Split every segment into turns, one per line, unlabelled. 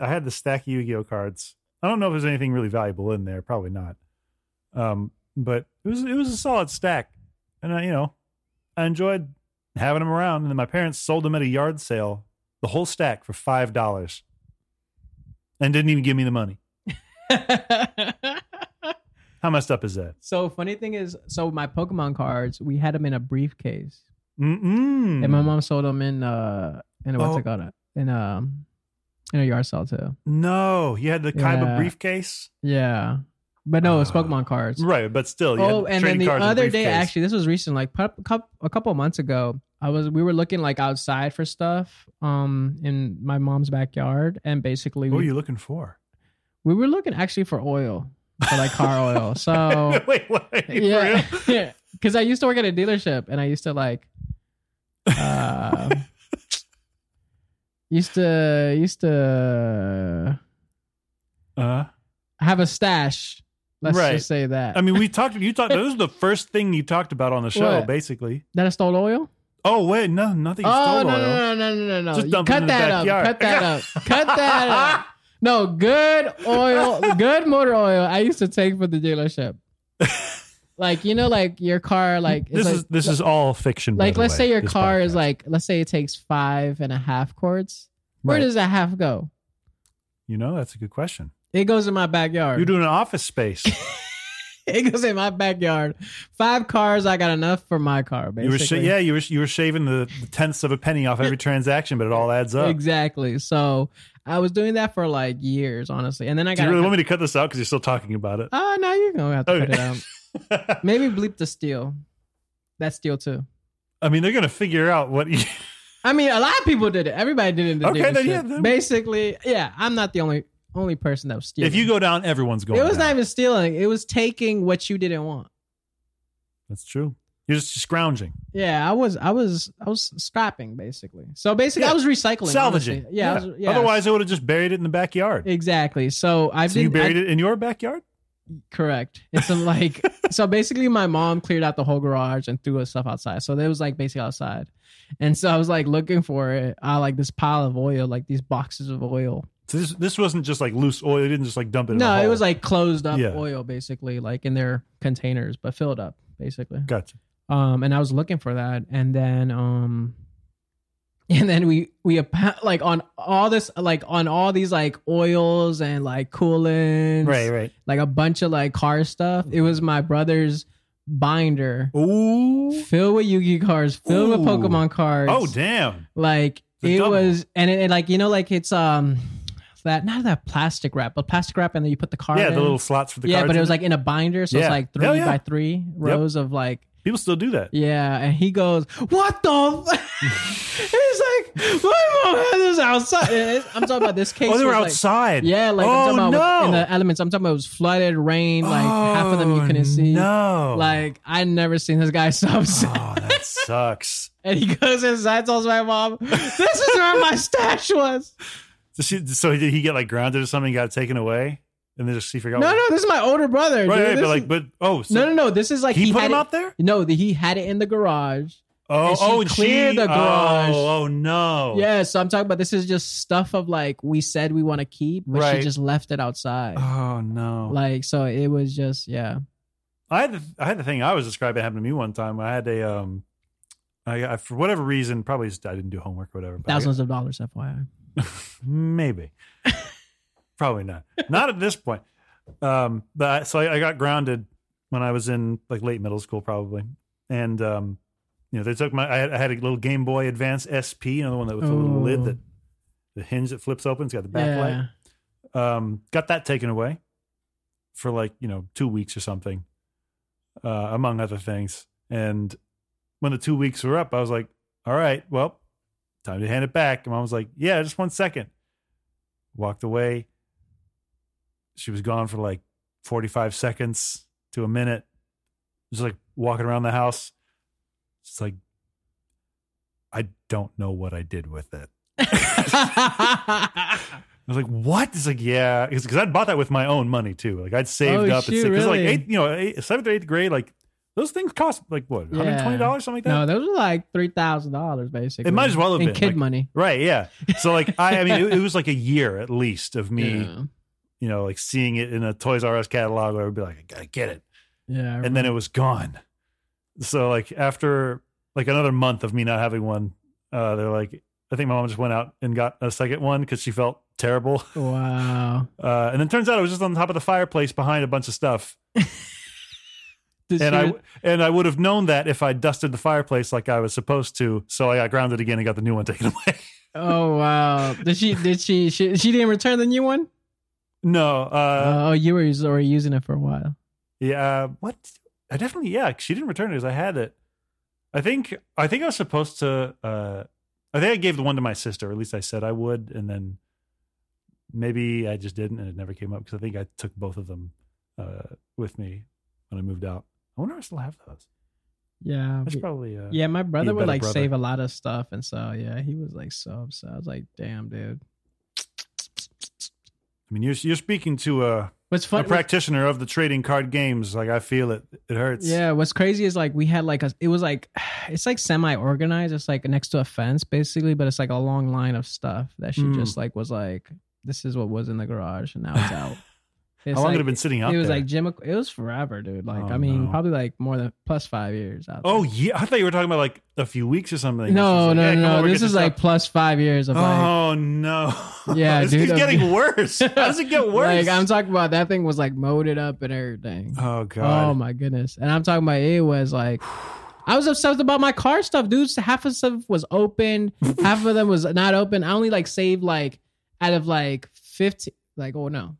I had the stack of Yu-Gi-Oh cards. I don't know if there's anything really valuable in there. Probably not. Um, but it was it was a solid stack, and I you know I enjoyed having them around. And then my parents sold them at a yard sale, the whole stack for five dollars, and didn't even give me the money. How messed up is that?
so funny thing is, so my Pokemon cards, we had them in a briefcase,
Mm-mm.
and my mom sold them in uh in a, what's
Hmm. Oh.
it called in um in a yard sale too.
No, you had the Kaiba
Yeah.
briefcase,
Yeah, but no, it's
Ah.
Pokemon cards.
right? But still, you had
oh, and then
trading
the
cards in
other day,
briefcase.
actually, this was recent, like a couple, a couple months ago. I was we were looking like outside for stuff, um, in my mom's backyard, and basically
what were
we,
Oh, you looking for?
we were looking actually for oil, for like car oil. So
Wait, what? Are you
Oh. yeah,
for real?
because I used to work at a dealership, and I used to like, uh, used to used to
Uh,
have a stash. Let's
Right.
just say that.
I mean, we talked. You talked. That was the first thing you talked about on the show,
What?
basically.
that I stole oil.
Oh wait, no, nothing.
Oh
stole
no,
oil.
no no no no no no!
Just
You
dump it in
Cut
the
that up!
backyard.
Cut that up! Cut that up! No good oil, good motor oil. I used to take for the dealership. Like you know, like your car, like it's
this
like,
is this is all fiction. by
like
the
let's
way,
say your
this
car is
podcast.
like let's say it takes five and a half quarts. Where
Right.
does that half go?
you know that's a good question.
It goes in my backyard.
You're doing an office space.
it goes in my backyard. Five cars, I got enough for my car.
you were sh-
Basically,
yeah, you were you were shaving the, the tenths of a penny off every transaction, but it all adds up.
exactly. So I was doing that for like years, honestly, and then I
Do
got.
you really want me to cut this out because you're still talking about it?
Oh no, you're gonna have to cut
Okay.
it out. Maybe bleep the steel. That's steel too.
I mean, they're gonna figure out what. You-
I mean, a lot of people did it. Everybody did it. In the
Okay, then,
dealership.
yeah, then-
Basically, yeah. I'm not the only only person that was stealing.
if you go down, everyone's going.
it was
down.
not even stealing. It was taking what you didn't want.
That's true. You're just scrounging.
Yeah, I was, I was, I was scrapping basically. So basically,
Yeah.
I was recycling,
salvaging.
honestly. Yeah, I was- yeah.
Otherwise, they would have just buried it in the backyard.
exactly. So I
so you
did I,
buried it in your backyard?
correct. It's some like so basically, my mom cleared out the whole garage and threw us stuff outside. So there was like basically outside, and so I was like looking for it. I like this pile of oil, like these boxes of oil.
So this this wasn't just like loose oil. You didn't just like dump it. in a
No, it
hole.
was like closed up
Yeah.
oil, basically, like in their containers, but filled up, basically.
Gotcha.
Um, and I was looking for that, and then, um, and then we we ap- like on all this, like on all these like oils and like coolants,
right.
like a bunch of like car stuff. It was my brother's binder
Ooh.
filled with Yu-Gi cards, filled
Ooh.
with Pokemon cards.
Oh damn.
Like
It's a
it
double.
was, and it, it, like you know, like it's um that not that plastic wrap, but plastic wrap, and then you put the card.
Yeah,
in
the little slots for the
yeah,
cards.
but it
in
was like in a binder, so
Yeah.
it's like
Hell
three
yeah.
by three rows of like
people still do that.
yeah, and he goes, "What the?" f-" He's like, "My mom had this outside." And it's- I'm talking about this case.
oh, they were
was, like-
outside.
yeah, like I'm
oh
talking about
no.
with- in the elements. I'm talking about it was flooded, rain, like half of them you
Oh,
couldn't see.
No.
Like I never seen this guy so upset.
Oh, that sucks.
And he goes inside, tells my mom, "This is where my stash was."
So, she, so did he get like grounded or something? Got taken away, and then just he forgot.
No,
what-
no, this is my older brother.
Right,
dude.
right,
This
but
is-
like, but oh, so
no, no, no. This is like
he, put
had
him
it,
out there.
No, the, he had it in the garage.
Oh,
and she
oh, and
cleared
she,
the garage.
Oh, oh no.
Yeah, so I'm talking about this is just stuff of like we said we want to keep, but
Right.
she just left it outside.
Oh no.
Like so, it was just yeah.
I had the, I had the thing I was describing happened to me one time. I had a um, I, I for whatever reason probably just, I didn't do homework or whatever. but I-
Thousands of dollars, FYI.
maybe, probably not. Not at this point. Um, but I, so I, I got grounded when I was in like late middle school probably, and um, you know they took my I had, I had a little Game Boy Advance SP, you know the one that with the little
Oh.
lid that the hinge that flips open. It's got the backlight.
Yeah.
um, got that taken away for like you know two weeks or something uh, among other things and when the two weeks were up i was like all right well time to hand it back and mom was like yeah just one second walked away she was gone for like 45 seconds to a minute just like walking around the house just like i don't know what i did with it I was like, "What?" It's like, "Yeah," because I'd bought that with my own money too. Like I'd saved
Oh,
up. It's
shoot,
like, 'cause, like
really?
eighth, you know, eight, seventh or eighth grade, like Those things cost like what,
Yeah.
hundred twenty dollars, something like that.
No, those were like three thousand dollars basically.
It might as well have
and
been
kid
like-
money.
Right? Yeah. So like I, I mean, it, it was like a year at least of me,
Yeah.
you know, like seeing it in a Toys R Us catalog where I would be like, I gotta get it,
Yeah.
and then it was gone. So like after like another month of me not having one, uh, they're like, I think my mom just went out and got a second one because she felt terrible.
wow.
Uh, and then turns out it was just on top of the fireplace behind a bunch of stuff, and
Did she-
I and I would have known that if I dusted the fireplace like I was supposed to. So I got grounded again and got the new one taken away.
oh wow. Did she? Did she? She, she didn't return the new one.
no, uh,
oh, you were us- already using it for a while.
Yeah. What? I definitely yeah. 'cause She didn't return it because I had it. I think I think I was supposed to. uh I think I gave the one to my sister. Or at least I said I would, and then maybe I just didn't, and it never came up because I think I took both of them uh with me when I moved out. I wonder if I still have those.
Yeah.
That's
we-
probably uh,
yeah, my brother would
better
like
brother.
save a lot of stuff, and so yeah, he was like so upset. I was like, "Damn, dude."
I mean, you're you're speaking to uh, a,
What's
a
fun?
practitioner of the trading card games. Like I feel it. It hurts.
Yeah, what's crazy is like we had like a, it was like it's like semi organized. It's like next to a fence basically, but it's like a long line of stuff that she
Mm.
just like was like, this is what was in the garage and now it's out. It's
How long
like,
had it been sitting out
It was
there?
like Jim. It was forever, dude. Like
Oh,
I mean,
no.
probably like more than plus five years. Out
oh
there.
yeah, I thought you were talking about like a few weeks or something.
no,
It's like,
no,
hey, come
no,
over,
no.
get
This is
stuff.
like plus five years of like.
Oh no!
Yeah,
this
dude,
keeps
I'm-
getting worse. How does it get Oh, worse?
Like I'm talking about that thing was like molded up and everything.
oh
Oh
god!
my goodness. And I'm talking about it was like I was obsessed about my car stuff, dudes. Half of stuff was open, half of them was not open. I only like saved like out of like 15 like oh no.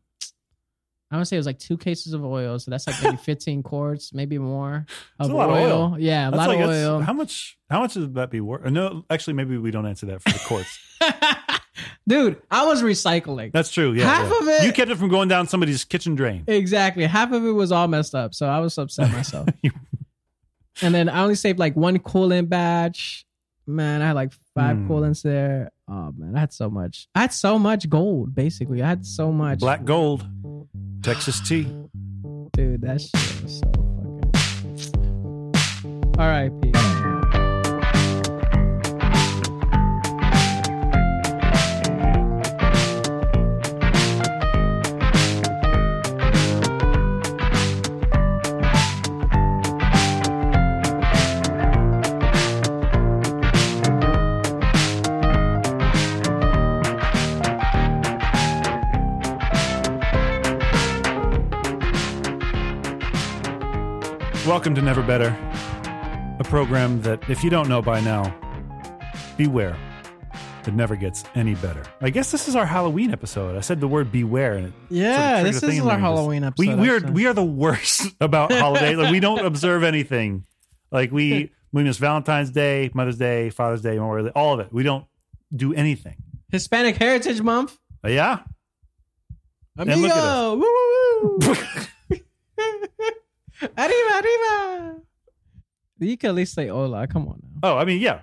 I want to say it was like two cases of oil, so that's like maybe 15 quarts, maybe more
That's
of
a lot of oil.
Yeah, a
That's
lot
like-
of
that's-
oil.
How much? How much would that be worth? No, actually, maybe we don't answer that for the courts.
Dude, I was recycling.
That's true. Yeah,
Half
yeah.
of it-
You kept it from going down somebody's kitchen drain.
Exactly. Half of it was all messed up, so I was upset myself.
You-
and then I only saved like one coolant batch. Man, I had like five
Hmm.
coolants there. Oh man, I had so much. I had so much gold. Basically, I had so much.
Black gold, Texas tea.
dude, that shit was so fucking. All right, peace.
Welcome to Never Better, a program that, if you don't know by now, beware. It never gets any better. I guess this is our Halloween episode. I said the word beware, and it
Yeah,
sort of
this
triggered a thing in
is our
me. Just-
Halloween
We
episode.
we are
actually.
we are the worst about holidays. like we don't observe anything. Like we we miss Valentine's Day, Mother's Day, Father's Day, Memorial Day, all of it. We don't do anything.
Hispanic Heritage Month.
Uh, yeah. look at
Amigo,
us.
woo, woo, woo. arriba, arriba. You can at least say hola. Come on now.
Oh, I mean, yeah.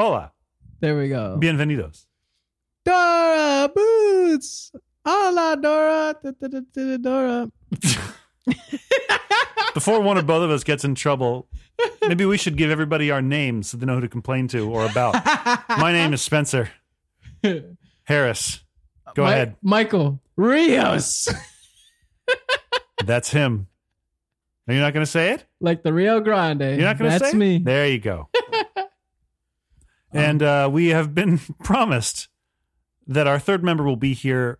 Hola,
There we go.
bienvenidos.
Dora Boots. Hola, Dora. Da, da, da, da, da, Dora.
Before one or both of us gets in trouble, maybe we should give everybody our names so they know who to complain to or about. My name is Spencer Harris. Go
Mi-
ahead.
Michael Rios.
That's him. Are you not going to say it?
like the Rio Grande.
You're not going to say
That's
it?
me. Um,
There you go. and uh, we have been promised that our third member will be here.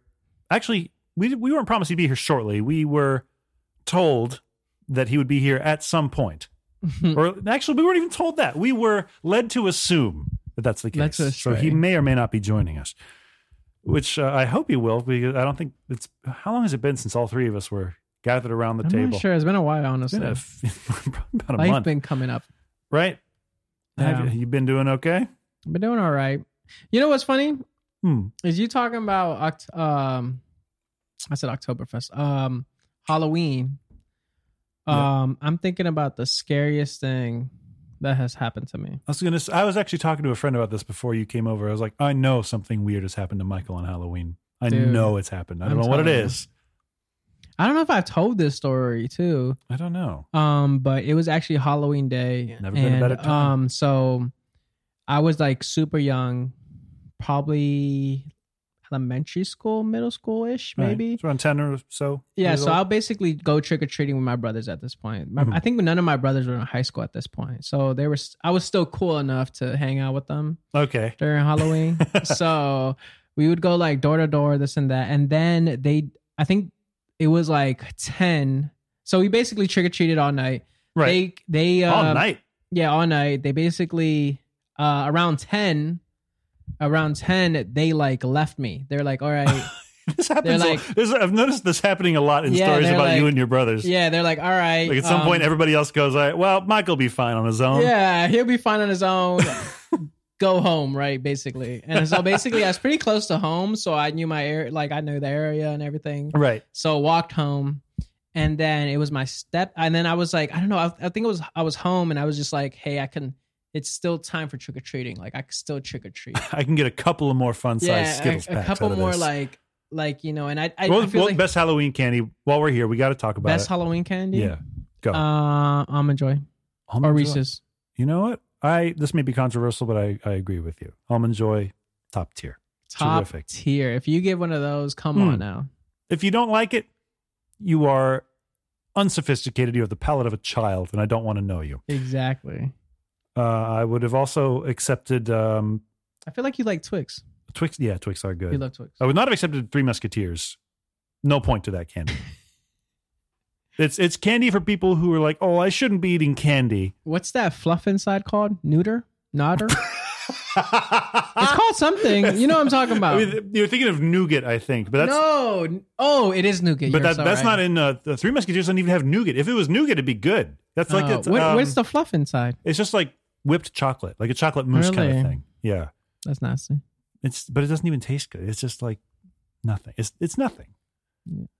Actually, we we weren't promised he'd be here shortly. We were told that he would be here at some point. or
Mm.
actually, we weren't even told that. We were led to assume that that's the case.
That's a
so he
stray.
may or may not be joining us. Which uh, I hope he will, because I don't think it's how long has it been since all three of us were gathered around the
I'm
table?
not sure. It's been a while,
It's
honestly.
been a f- about a
Life
month
been coming up.
right? Have
Yeah.
you, you been doing okay?
I've been doing all right. You know what's funny?
Hmm.
Is you talking about Oct- um I said Oktoberfest. Um Halloween. Um I'm thinking about the scariest thing that has happened to me.
I was gonna. s- I was actually talking to a friend about this before you came over. I was like, I know something weird has happened to Michael on Halloween. I
Dude,
know it's happened. I don't
I'm
know what it
telling you.
is.
I don't know if I've told this story too.
I don't know.
Um, but it was actually Halloween Day.
Never been a better time.
Um, so I was like super young, probably elementary school, middle school ish,
All right.
maybe.
It's around ten or so.
Yeah,
years
so
old.
I'll basically go trick or treating with my brothers at this point. My,
Mhm.
I think none of my brothers were in high school at this point, so they were. s- I was still cool enough to hang out with them
okay.
during Halloween. so we would go like door to door, this and that, and then they. I think it was like ten. So we basically trick or treated all night.
Right.
They they uh,
All night.
yeah, all night. They basically uh around ten, around ten, they like left me. They're like, all right.
This happens. a-
like-
there's, I've noticed this happening a lot in
Yeah,
stories
they're
about you
like-
and your brothers.
yeah, they're like, all right.
Like at some
um,
point, everybody else goes, "All right, well, Michael'll be fine on his own."
Yeah, he'll be fine on his own. Go home, right? Basically, and so basically, I was pretty close to home, so I knew my area, like I knew the area and everything.
Right.
So walked home, and then it was my step, and then I was like, I don't know, I, I think it was I was home, and I was just like, hey, I can. It's still time for trick or treating. Like I can still trick or treat.
I can get a couple of more fun sized
yeah,
Skittles
a, a
packs.
couple
out of
more
this.
like like you know, and I I,
well,
I feel
well,
like best,
best Halloween candy. While we're here, we got to talk about it.
Halloween candy.
yeah, go.
uh, almond joy
Almond
or
Joy.
Reese's.
You know what? I this may be controversial, but I, I agree with you. Almond Joy, top tier.
Top
Terrific.
tier. If you get one of those, come
Hmm.
on now.
If you don't like it, you are unsophisticated. You have the palate of a child, and I don't want to know you.
Exactly.
Uh, I would have also accepted um,
I feel like you like Twix.
Twix. Yeah, Twix are good. Oh.
You love Twix.
I would not have accepted Three Musketeers. No point to that candy. it's it's candy for people who are like, oh, I shouldn't be eating candy.
What's that fluff inside called? Neuter? Nodder? it's called something. You know what I'm talking about.
I mean, you're thinking of nougat, I think, but that's
no. n- Oh, it is nougat.
but
You're
that,
so
that's
right.
not in uh, the Three Musketeers. Don't even have nougat. If it was nougat, it'd be good. That's like
Oh,
it's,
what-
um,
where's the fluff inside?
it's just like whipped chocolate, like a chocolate mousse kind
Really?
of thing. Yeah,
That's nasty.
it's but it doesn't even taste good. It's just like nothing. It's it's nothing.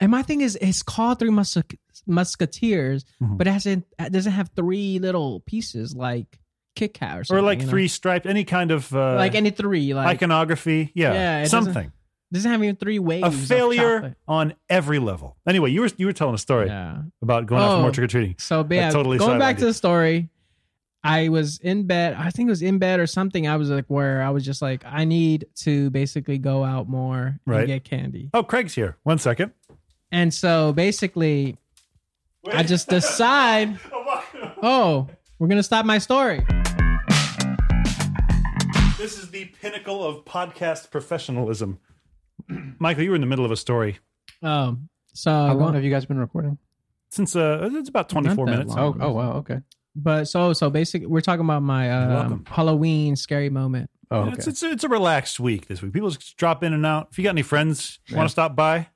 And my thing is, it's called Three Musca- Musketeers,
Mhm.
but it hasn't it doesn't have three little pieces like Kit Kat or
Or
something.
like
you know?
three striped, any kind of uh,
like any three, like
iconography. Yeah,
Yeah, it doesn't-
something.
doesn't have even three ways.
A
of
failure
chocolate.
on every level. Anyway, you were you were telling a story
Yeah.
about going out for
Oh.
more trick or treating.
So, but yeah,
totally
going back
sidelined
to
you.
the story, I was in bed. I think it was in bed or something. I was like, where I was just like, I need to basically go out more
Right.
and get candy.
Oh, Craig's here. One second.
And so basically, I just decide, oh, we're going to stop my story.
This is the pinnacle of podcast professionalism. Michael, you were in the middle of a story
Um, so,
How long
going-
have you guys been recording?
since uh, it's about twenty four
that
minutes.
long.
Oh, oh wow, okay.
but so, so basically, we're talking about my um,
welcome.
Halloween scary moment.
Oh,
Yeah,
okay.
It's, it's, it's a relaxed week this week. People just drop in and out. If you got any friends want
Yeah.
to stop by,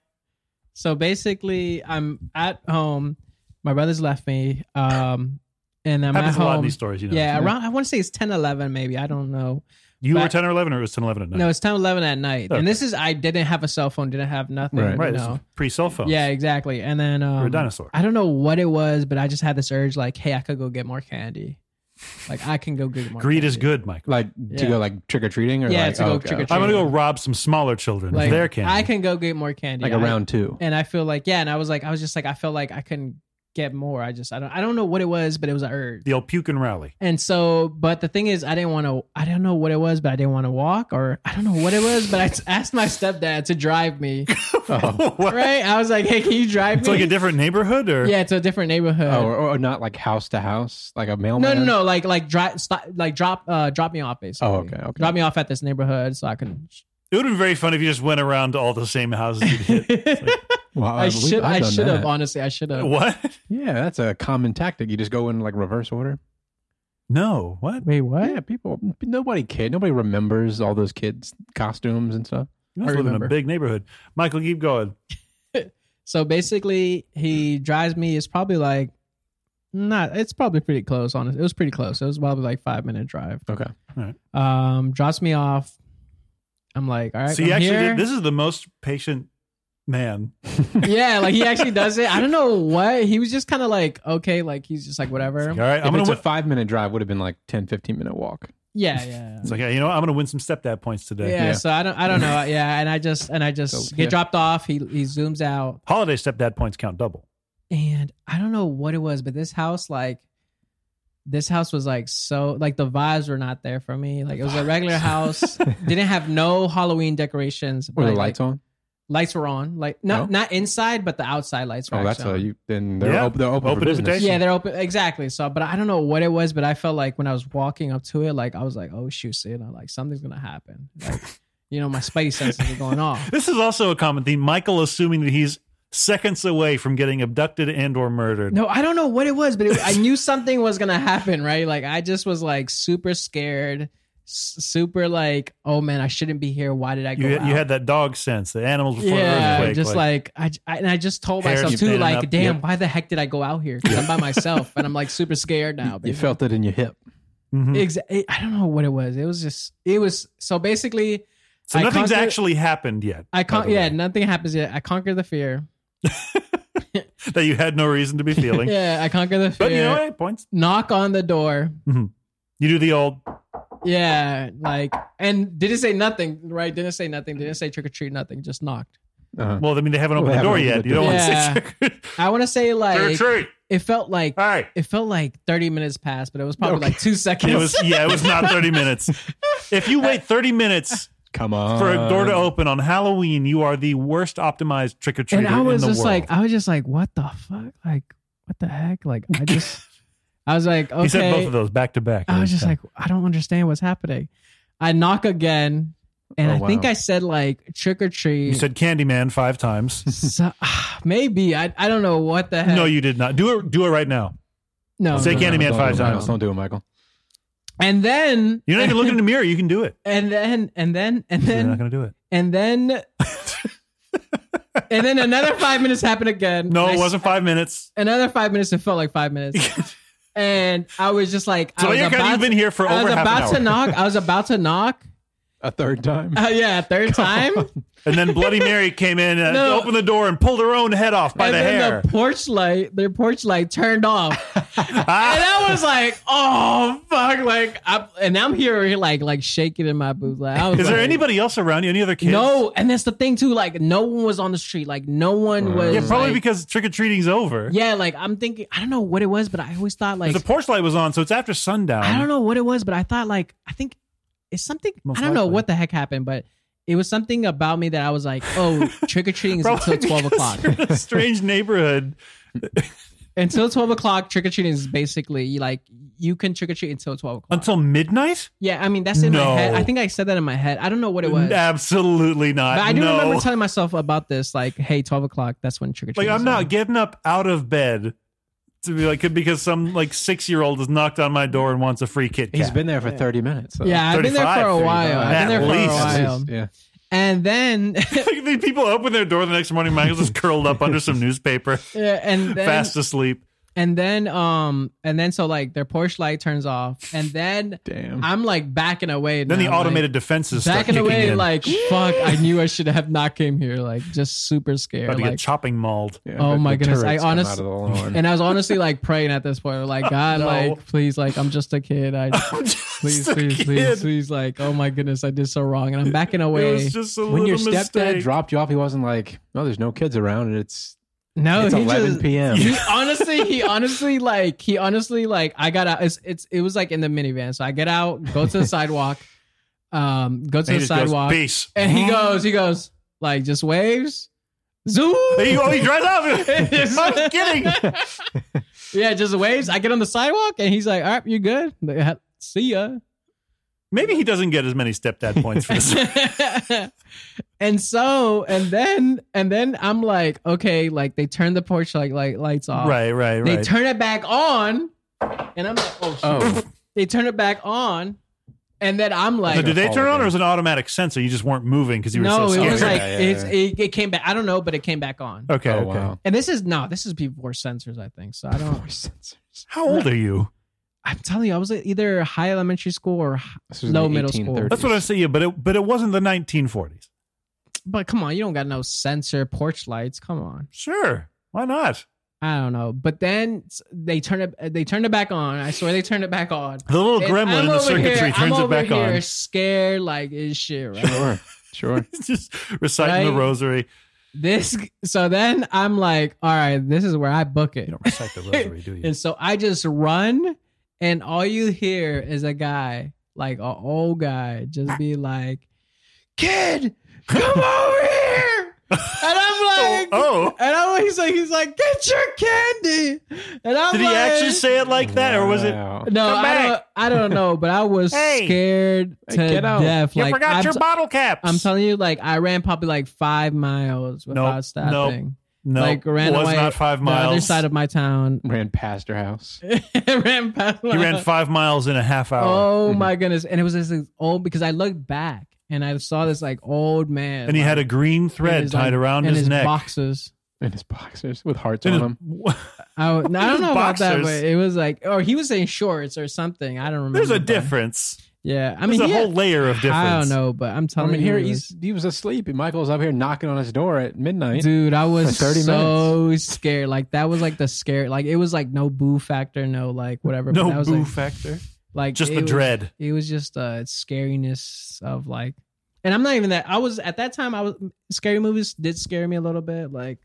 So basically, I'm at home. My brother's left me. Um, and I'm
happens
at home.
a lot in these stories. You know,
yeah,
yeah.
around I want to say it's 10 11 maybe. I don't know.
you were
Back-
ten or eleven, or it was 10, 11 at night.
No, it's 10 11 at night.
Okay.
And this is I didn't have a cell phone, didn't have nothing.
Right.
you
right.
know.
Pre cell phones.
Yeah, exactly. And then um,
You're a dinosaur.
I don't know what it was, but I just had this urge like, hey, I could go get more candy. Like I can go get more
Greed
candy.
is good, Michael.
like to
Yeah.
go like trick or treating or
Yeah,
like,
to go
oh, okay,
trick-or-treating.
I'm gonna go rob some smaller children. of
Like
their candy.
I can go get more candy.
like
I-
around two.
and I feel like yeah, and I was like I was just like I felt like I couldn't get more. I just I don't I don't know what it was, but it was an urge.
the old puke and rally.
And so, but the thing is, I didn't want to, I don't know what it was, but I didn't want to walk or I don't know what it was, but I t- asked my stepdad to drive me.
Oh,
What?
Right. I was like, hey, can you drive
It's
me?
like a different neighborhood, or
yeah, to a different neighborhood.
oh, or, or not like house to house, like a
no,
mailman.
no, no. Like, like, dri- stop, like drop, uh, drop me off basically.
Oh, okay, okay.
Drop me off at this neighborhood so I can.
it would have been very fun if you just went around to all the same houses. You'd hit.
Well,
I
believe
should,
I've
I
done
should have,
that.
honestly, I should have.
what?
Yeah, that's a common tactic. You just go in like reverse order.
No, what?
Wait, what?
Yeah, people. Nobody kid. Nobody remembers all those kids' costumes and stuff.
You must
I
live in a
remember.
big neighborhood. Michael, keep going.
So basically, he drives me. It's probably like, not, it's probably pretty close, honestly. It was pretty close. It was probably like five minute drive.
Okay.
um, drops me off. I'm like, all right,
so you
I'm
actually
here.
did, this is the most patient man.
yeah, like he actually does it. I don't know what he was just kind of like, okay, like he's just like
It's
whatever.
like, all right,
If
I'm gonna.
it's a
Win.
five minute drive, would have been like 10, 15 minute walk.
yeah, yeah.
It's like, hey, you know what? I'm going to win some stepdad points today.
yeah,
yeah.
so I don't, I don't know. Yeah, and I just, and I just
So,
get
yeah.
dropped off. He he zooms out,
Holiday stepdad points count double.
and I don't know what it was, but this house, like, this house was like so, like the vibes were not there for me. Like it was a regular house, didn't have no Halloween decorations.
Were the
like,
lights on?
lights were on, like not not inside, but the outside lights were.
Oh, that's
actually
a
on.
you. Then they're
Yeah.
open. They're open,
Open
for business.
invitation.
Yeah, they're open exactly. So, but I don't know what it was, but I felt like when I was walking up to it, like I was like, "Oh shoot, you know, like something's gonna happen." Like, you know, my spidey senses are going off.
This is also a common theme. Michael assuming that he's seconds away from getting abducted and or murdered.
No, I don't know what it was, but it, I knew something was gonna happen, right? Like I just was like super scared, s- super like, "Oh man, I shouldn't be here. Why did I
You,
go?"
you
out?
had that dog sense, the animals before
yeah,
the earthquake.
just like, I, I and I just told
Hair
myself
keep
too,
standing
like,
up.
damn,
Yep.
why the heck did I go out here? 'Cause I'm by myself and I'm like super scared now.
You
baby.
felt it in your hip.
Mhm.
Exactly. I don't know what it was. It was just. It was so basically.
so
I
nothing's
conquered-
actually happened yet
I
By
con-
the
Yeah,
way.
nothing happens yet. I conquer the fear.
that you had no reason to be feeling.
Yeah, I conquer the fear.
But you know what? Points.
Knock on the door.
You do the old.
Yeah, like and didn't say nothing. Right? Didn't say nothing. Didn't say trick or treat. Nothing. Just knocked.
Uh-huh.
Well, I mean, they haven't opened
Well,
the
they
door
haven't
yet. You
opened the
don't want to say
door.
trick
I want to say
or
like
treat.
it felt like
All right.
it felt like thirty minutes passed, but it was probably
Okay.
like two seconds.
It was yeah, it was not 30 minutes. If you wait 30 minutes
Come on.
for a door
Um.
to open on Halloween, you are the worst optimized trick or treater in
and
the
I
world.
was just like, I was just like, what the fuck? Like, what the heck? Like, I just, I was like, okay.
He said both of those back to back.
I was just like, I don't understand what's happening. I knock again, and
Oh,
I think
wow.
I said like trick or treat.
you said Candyman five times.
So- ah, maybe I I don't know what the heck.
No, you did not. Do it. Do it right now.
no.
say
no.
Candyman
Don't do it,
five
Michael.
times.
Don't do it, Michael.
And then
You're not even looking in the mirror. You can do it.
and then and then and
You're not
then
going to do it.
and then and then another five minutes happened again.
No,
And
it
I-
wasn't five minutes.
Another five minutes. It felt like five minutes. And I was just like, I
So
was
you're
about
kind of
to-
been here for
I
over
was
half
about to
an hour,
knock. I was about to knock.
A third time.
Uh, yeah, third time.
and then Bloody Mary came in, and
No.
opened the door, and pulled her own head off by
and
the
then
hair.
the porch light, their porch light turned off. and
Ah,
I was like, oh fuck! Like, I'm, and I'm here, like, like shaking in my boots. Like, I was
is there
like,
anybody else around you? Any other kids?
No, and that's the thing too. Like, no one was on the street. Like, no one
Wow.
was.
Mm. Yeah, probably
like-
because trick or treating's over.
Yeah, like I'm thinking, I don't know what it was, but I always thought like
the porch light was on, so it's after sundown.
I don't know what it was, but I thought like I think it's something.
Most
I don't know
likely.
what the heck happened, but it was something about me that I was like, oh, trick or treating is
Probably
until twelve
because
o'clock.
you're in a strange neighborhood.
until 12 o'clock trick or treating is basically like you can trick or treat until 12 o'clock
Until midnight?
yeah i mean that's in
No.
my head i think i said that in my head i don't know what it was
Absolutely not.
but i do
no.
remember telling myself about this like hey 12 o'clock that's when trick or
like
treating
I'm not getting up out of bed to be like because some like six year old has knocked on my door and wants a free Kit Kat.
He's been there for 30 minutes. so-
yeah i've been there for a
35,
while i've been there
At
for
least.
a while
Yeah.
and then
Like, the people open their door the next morning. Michael's just curled up under some newspaper,
yeah, and then
fast asleep.
and then um and then so like their porch light turns off and then
Damn.
i'm like backing away
Then the
now, like-
automated defenses start
Backing
kicking
away,
in.
like fuck! I knew I should have not came here. Like just super scared.
about to
like-
get chopping mauled.
Yeah,
Oh
the-
my
the
goodness, I
turrets come
honest-
out of the lawn.
And I was honestly like praying at this point, like God,
No.
like please, like I'm just a kid. I please,
a
please,
kid.
please, please, like oh my goodness, I did so wrong, and I'm backing
It
away.
was just a
when your
little
stepdad
mistake.
dropped you off, he wasn't like, "No, there's no kids around, and it's
no,
it's
he
11
just.
p.m."
He honestly, he honestly, like he honestly, like I got out. It's, it's it was like in the minivan, so I get out, go to the sidewalk, um, go
And
to
he
the
just goes,
sidewalk,
peace.
and he goes, he goes, like just waves, zoom.
He, oh, he drives off.
Yes.
I was kidding.
yeah, just waves. I get on the sidewalk, and he's like, all right, you good? Like, See ya.
Maybe he doesn't get as many stepdad points for this.
and so and then and then I'm like, okay, like they turn the porch like like lights off.
right, right,
They
right.
turn it back on, and I'm like, oh, shit.
oh,
they turn it back on, and then I'm
so
like,
did they
Follow
turn on, or
them.
was it an automatic sensor? You just weren't moving because you were
no,
so scared.
it was like
Yeah, yeah,
it's,
yeah.
It, it came back. I don't know, but it came back on.
okay,
oh
okay.
wow.
And this is no, this is before sensors, I think. So I don't.
How old are you?
I'm telling you, I was at either high elementary school or. hi-
This was in
Low
the
middle school.
1830s.
That's what I say. Yeah, but it but it wasn't the 1940s.
But come on, you don't got no sensor porch lights. Come on.
Sure, why not?
I don't know. But then s- they turn it they turned it back on. I swear they turned it back on.
The little
And
gremlin
I'm
in the
over
circuitry
here-
turns
I'm
it
over
back
here
on.
Scared like is shit, right?
Sure, sure.
just reciting the
Right?
rosary.
This so then I'm like, all right, this is where I book it.
You don't recite the rosary, do you?
And so I just run, and all you hear is a guy, like an old guy, just be like, "Kid, come over here!" And I'm like,
oh,
and I'm he's like, he's like, "Get your candy!" And I'm
did he
like,
actually say it like that, or was it?
Wow.
No,
Come
I don't, I don't know, but I was
Hey.
scared to
Hey, get out.
death.
You
like,
forgot
I'm,
your bottle caps.
I'm telling you, like I ran probably like five miles without
Nope,
stopping.
no,
like, ran
was
away
not five
The other
miles.
side of my town,
Ran past her house.
ran past.
he ran five miles in a half hour,
Oh
Mhm.
my goodness! And it was this old because I looked back and I saw this like old man,
and he had a green thread
his,
tied
like,
around
and
his, neck.
boxes.
In his boxers with hearts
In
on
his-
them.
I, I don't
What is
know about that,
boxers?
but it was like, or he was in shorts or something. I don't remember.
There's a
but-
difference.
Yeah, I mean,
There's a
he
whole
had-
layer of difference.
I don't know, but I'm
I
telling
mean,
you,
here
it
he's he was asleep, and Michael's up here knocking on his door at midnight.
was- dude. I was
For 30
so scared. Like that was like the scare. Like it was like no boo factor, no like whatever. but that
No
was,
boo
like,
factor.
Like
Just
it
the
was-
dread.
it was just uh scariness of like and i'm not even that i was at that time i was scary movies did scare me a little bit like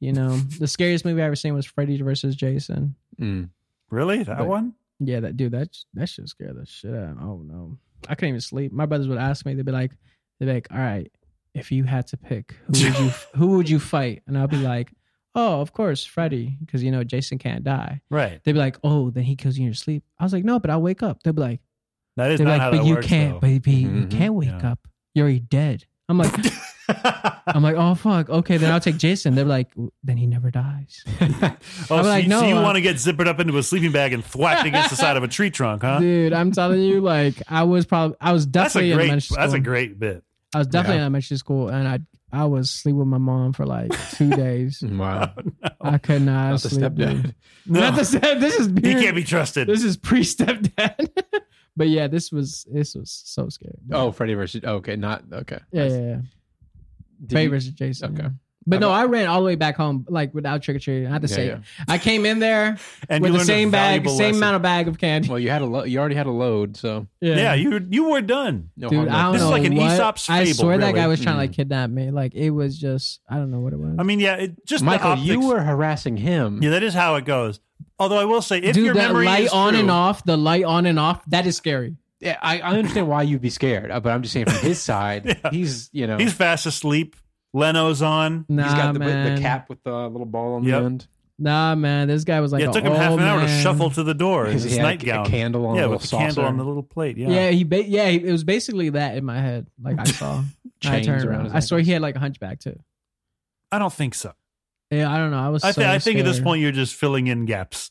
you know the scariest movie i ever seen was freddy versus jason
Mm.
Really, that
But-
one?
yeah that dude that that should scare the shit out of me. oh no i couldn't even sleep my brothers would ask me they'd be like they'd be like all right if you had to pick who would you who would you fight and i'll be like oh of course freddy because you know jason can't die
Right.
they'd be like oh then he kills you in your sleep i was like no but i'll wake up they'd be like
That is
they're
not
like,
how
but
that
you
works.
can't,
though. Mm-hmm.
baby. You
Mhm.
can't wake
Yeah.
up. You're already dead. I'm like, I'm like, oh fuck. Okay, then I'll take Jason. They're like, then he never dies.
oh,
I'm
so,
like,
you, so
no,
you
uh,
want to get zippered up into a sleeping bag and thwacked against the side of a tree trunk, huh?
Dude, I'm telling you, like, I was probably, I was
that's
definitely
a
in
great.
elementary school.
That's a great bit.
I was definitely
Yeah.
in elementary school, and I, I was sleep with my mom for like two days.
Wow.
I could not,
Not the
sleep. dude.
stepdad.
No,
Not the step. This is
he
pure-
can't be trusted.
This is pre stepdad. but yeah, this was this was so scary.
Oh, Freddy versus. oh, okay, not okay.
yeah, yeah, yeah.
Did you-
Freddy versus Jason.
Okay.
yeah. But no,
Okay.
I ran all the way back home, like without trick or treating. I had to
Yeah,
say,
yeah.
it. I came in there
and
with
you
the
learned a
same bag,
valuable
same
lesson.
amount of bag of candy.
Well, you had a lo- you already had a load, so
Yeah, you you were done.
no
Dude,
harm.
I don't
This
know
is like an
what-
Aesop's
I
fable,
swear that guy
really. Mm.
was trying to like kidnap me. Like it was just, I don't know what it was.
I mean, yeah, it, just the
Michael, you
optics-
were harassing him.
Yeah, that is how it goes. Although I will say, if your
Dude, that
memory
light
is
on
true,
and off, the light on and off, that is scary.
Yeah, I, I understand why you'd be scared, uh, but I'm just saying from his side,
Yeah.
he's you know
he's fast asleep. Leno's on.
Nah,
he's got the,
man.
the cap with the little ball on
Yep.
the end.
Nah, man. This guy was like,
yeah, it
a
took him half an
old
hour to
man.
shuffle to the door in
He's-
his
he had a-
nightgown.
a candle on a
yeah,
little
with the candle
saucer.
on the little plate. Yeah,
Yeah. he ba- yeah, he- it was basically that in my head. Like I saw, I
Chains
turned
around
around.
his
I swear
ankles.
he had like a hunchback too.
I don't think so.
Yeah, I don't know. I was.
I,
so
thi- I think at this
scared.
point you're just filling in gaps.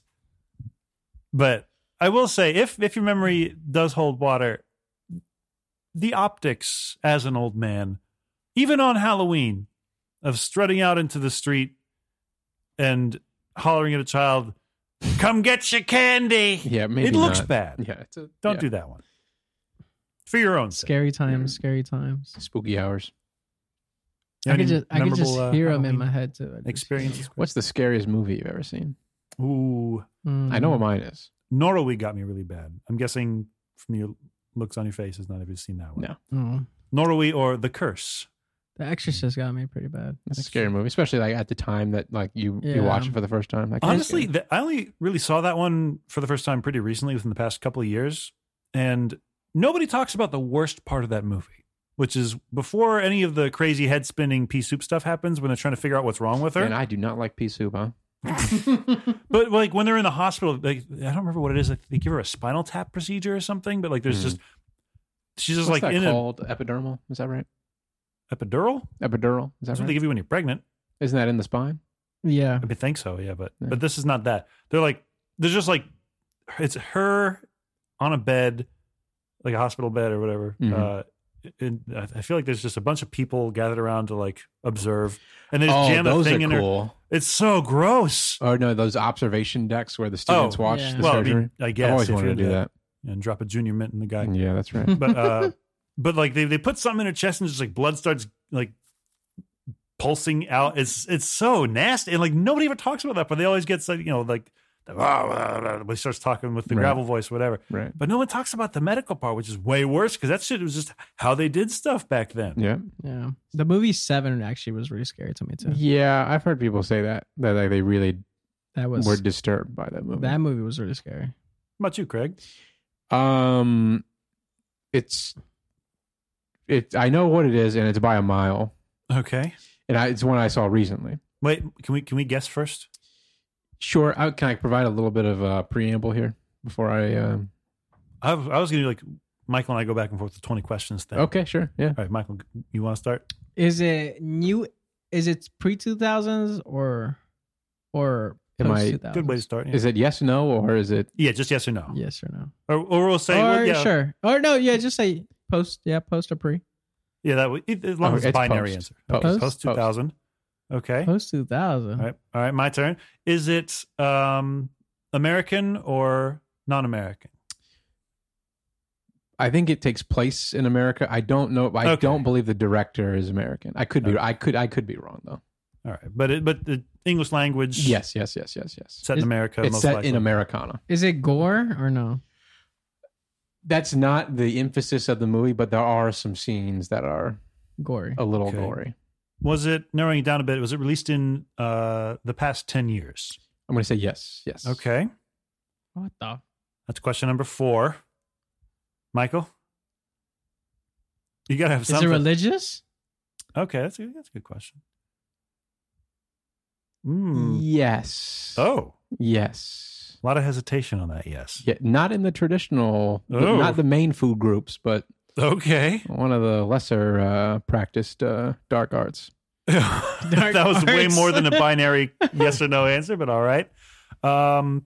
But I will say, if if your memory does hold water, the optics as an old man, even on Halloween, of strutting out into the street and hollering at a child, "Come get your candy!"
Yeah, maybe
it looks
not.
bad.
Yeah, it's a,
Don't
yeah.
do that one for your own sake.
Scary times, scary times.
spooky hours.
You
I
have
could
any
just, I could just
memorable, uh,
hear them in
Halloween
my head too. I just-
experiences.
What's the scariest movie you've ever seen?
Ooh.
Mm.
I know what mine is.
Norway got me really bad. I'm guessing from your looks on your faces, none of you've seen that one.
No.
Mm.
Norway or The Curse.
The Exorcist got me pretty bad.
It's a scary movie, especially like at the time that like you
Yeah.
you watch it for the first time. Like,
Honestly, the, I only really saw that one for the first time pretty recently within the past couple of years. And nobody talks about the worst part of that movie, which is before any of the crazy head spinning pea soup stuff happens when they're trying to figure out what's wrong with her.
and I do not like pea soup, huh?
But like when they're in the hospital, like I don't remember what it is. Like they give her a spinal tap procedure or something, but like there's
Mhm.
just she's just
What's
like
that
in
called? Epidermal? Is that right?
an epidural.
Epidural? Is that
That's what
right?
they give you when you're pregnant.
Isn't that in the spine?
Yeah.
I mean, think so, yeah, but
Yeah.
but this is not that. They're like they're just like it's her on a bed, like a hospital bed or whatever.
Mhm.
Uh, and I I feel like there's just a bunch of people gathered around to like observe, and they just
oh,
jam a
those
thing
are
in her.
cool.
It's so gross.
Or Oh, no, those observation decks where the students watch
yeah.
the
Oh, well, I,
surgery.
mean, I guess
I've always
if
wanted
you're
to do
into
that.
and drop a junior mint in the guy,
Yeah, that's right.
uh, but uh, but like they they put something in her chest and just like blood starts like pulsing out. It's it's so nasty, and like nobody ever talks about that. But they always get like you know like "Ah, the, rah, rah, rah, when he starts talking with the
Right.
gravel voice, whatever.
Right.
But no one talks about the medical part, which is way worse because that shit was just how they did stuff back then.
Yeah.
Yeah. The movie Seven actually was really scary to me too.
Yeah. I've heard people say that, that like, they really
That was
were disturbed by that movie.
that movie was really scary.
What about you, Craig?
Um, it's it. I know what it is, and it's by a mile,
Okay,
and I, it's one I saw recently.
wait. Can we can we guess first?
Sure, I, can I provide a little bit of uh, preamble here before I? Um,
I, was- I was gonna do like Michael and I go back and forth with twenty questions thing.
okay, sure, yeah.
All right, Michael, you want to start?
Is it new? Is it pre two thousands or or
Am I-
post two
Good way to
thousands?
start. Yeah.
Oh. Is it yes, no, or is it?
yeah, just yes or no.
Yes or no?
Or, or we'll say,
or
well, yeah,
sure or no? Yeah, just say post. Yeah, post or pre.
yeah, that would, as long
Oh,
as it's
it's
binary
post.
answer.
Post.
Okay,
Post?
post two thousand. Okay.
Post two
All
thousand.
right. All right. My turn. Is it um, American or non-American?
I think it takes place in America. I don't know. I
Okay.
don't believe the director is American. I could be.
Okay.
I could. I could be wrong though.
All right. But it, but the English language.
Yes, yes, yes, yes, yes.
Set in
It's-
America.
It's
most
set
likely.
in Americana.
Is it gore or no?
That's not the emphasis of the movie, but there are some scenes that are
Gory.
a little
Okay.
gory.
Was it narrowing it down a bit? Was it released in uh, the past ten years?
I'm going to say yes. Yes.
Okay.
What the?
That's question number four. Michael, you gotta have
Is
something.
it religious?
okay, that's a, that's a good question. Mm.
Yes.
Oh,
Yes.
a lot of hesitation on that. Yes.
Yeah, not in the traditional,
Oh.
not the main food groups, but
Okay.
one of the lesser uh, practiced uh, dark arts.
that was way
arts.
more than a binary yes or no answer, but all right. Um,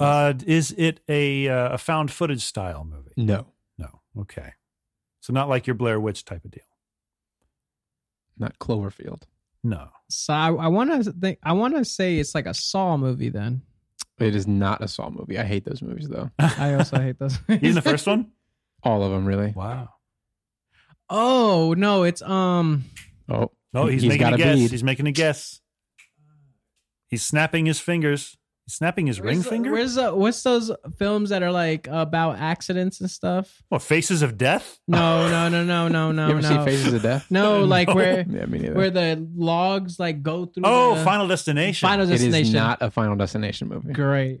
uh, is it a uh, a found footage style movie?
No,
No. Okay. So not like your Blair Witch type of deal.
not Cloverfield.
No.
So I, I want to think. I want to say it's like a Saw movie. Then
It is not a Saw movie. I hate those movies though.
I also hate those.
Even the first one.
All of them, really.
Wow.
Oh no, it's um.
Oh,
Oh, he's,
He's
making
got
a
a
guess.
bead.
He's making a guess. He's snapping his fingers. He's snapping his ring
where's the-
finger.
Where's the, what's those films that are like about accidents and stuff?
What faces of death?
No, no, no, no, no, no,
you ever
no.
see Faces of Death?
No, like
No.
where
Yeah, me neither.
where the logs like go through.
Oh,
the
Final Destination.
uh, Final
it
destination.
is not a Final Destination movie.
great.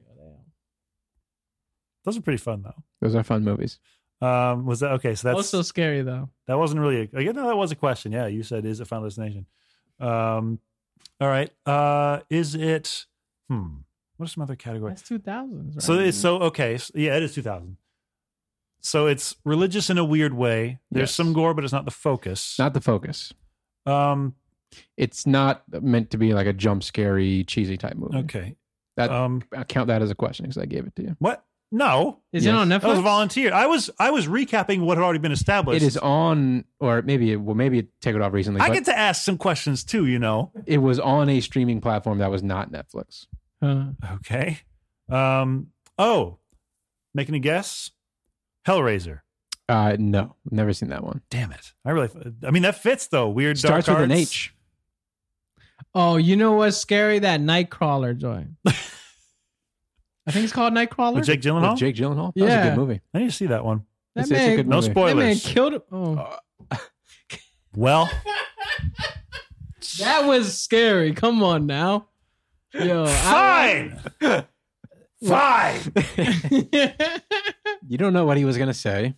Those are pretty fun though.
Those are fun movies.
Um, was that okay? So that's
also scary though.
That wasn't really a, again. No, that was a question. Yeah, you said is it Final Destination? Um, all right. Uh, is it? Hmm. What are some other categories?
That's two thousands. Right?
So it's so okay. s- yeah, it is two thousand. So it's religious in a weird way. There's
Yes.
some gore, but it's not the focus.
Not the focus.
um.
It's not meant to be like a jump scary, cheesy type movie.
Okay.
That-
um.
I count that as a question because I gave it to you.
What? No.
is
Yes.
it on
That
Netflix?
was volunteer. I was I was recapping what had already been established.
It is on, or maybe it, well, maybe it took it off recently.
I
but
get to ask some questions too. You know.
it was on a streaming platform that was not Netflix.
Huh.
Okay. Um. Oh, making a guess. Hellraiser.
Uh, no, never seen that one.
Damn it! I really. I mean, that fits though. Weird.
Starts
dark
with an
arts.
H.
Oh, you know what's scary? That Nightcrawler joint. I think it's called Nightcrawler.
With Jake Gyllenhaal.
With Jake Gyllenhaal. That was
Yeah.
a good movie.
I need to see that one.
that
It's, it's
man,
a good
No
movie.
that man
spoilers.
killed. Oh,
Well,
that was scary. Come on now. Yo,
Oh,
I-
fine. Fine.
You don't know what he was gonna say.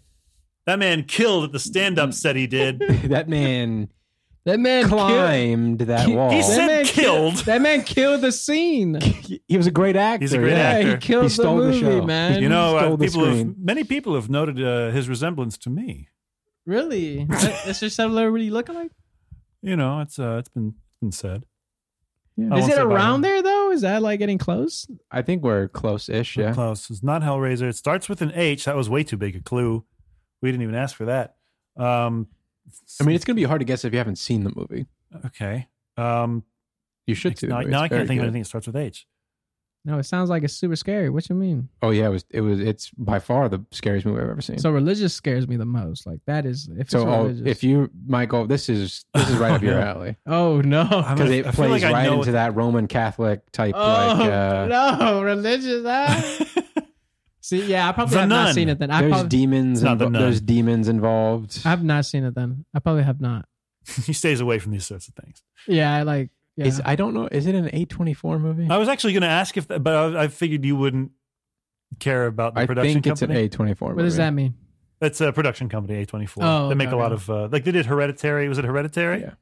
That man killed at the stand-up set he did.
that man
that man killed.
climbed that
He-
wall.
He said
man
killed.
That man killed the scene.
he was a great actor.
He's a great
yeah.
Yeah, he
actor.
killed
He
the
stole the
movie,
show.
man.
You know, uh,
stole the
people have,
screen.
many people have noted uh, his resemblance to me.
really? That- That's your celebrity lookalike?
You know, it's uh, it's been been said.
Yeah.
I
Is
won't
it
say bye.
around there though? Is that like getting close?
I think we're close-ish.
We're
Yeah.
Close. It's not Hellraiser. It starts with an H. That was way too big a clue. We didn't even ask for that. Um,
I mean, it's gonna be hard to guess if you haven't seen the movie.
okay. Um,
You should. See the
now,
movie.
now
It's
I can't
very
think of
good.
anything that starts with H.
No, it sounds like it's super scary. What you mean?
Oh yeah, it was it was it's by far the scariest movie I've ever seen. So,
So religious scares me the most. Like that is if it's
oh,
religious.
if you Michael, this is this is right up your
Yeah.
alley
oh no,
I'm
because
gonna-
it
I feel
plays
like I
right
know
into that Roman Catholic type
oh
like uh,
no, religious. Ah. See, yeah, I probably
The
have not
Nun.
seen it then. I
there's
probably,
demons
Not the
invo-
nun.
there's demons involved.
I have not seen it then. I probably have not.
he stays away from these sorts of things.
Yeah, I like yeah.
Is I don't know. Is it an A twenty four movie?
I was actually going to ask if, but I, I figured you wouldn't care about the
I
production
think it's an
company.
A twenty four.
what does that mean?
it's a production company, A24.
Oh,
they make
okay,
a lot
okay.
of, uh, like they did Hereditary. Was it Hereditary?
Yeah.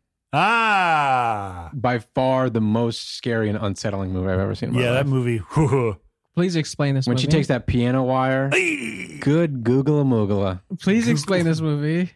Ah.
By far the most scary and unsettling movie I've ever seen. In my
Yeah,
life.
that movie. whew.
Please explain this.
when
movie.
she takes that piano wire.
Hey!
Good Googla Moogla.
please explain this movie.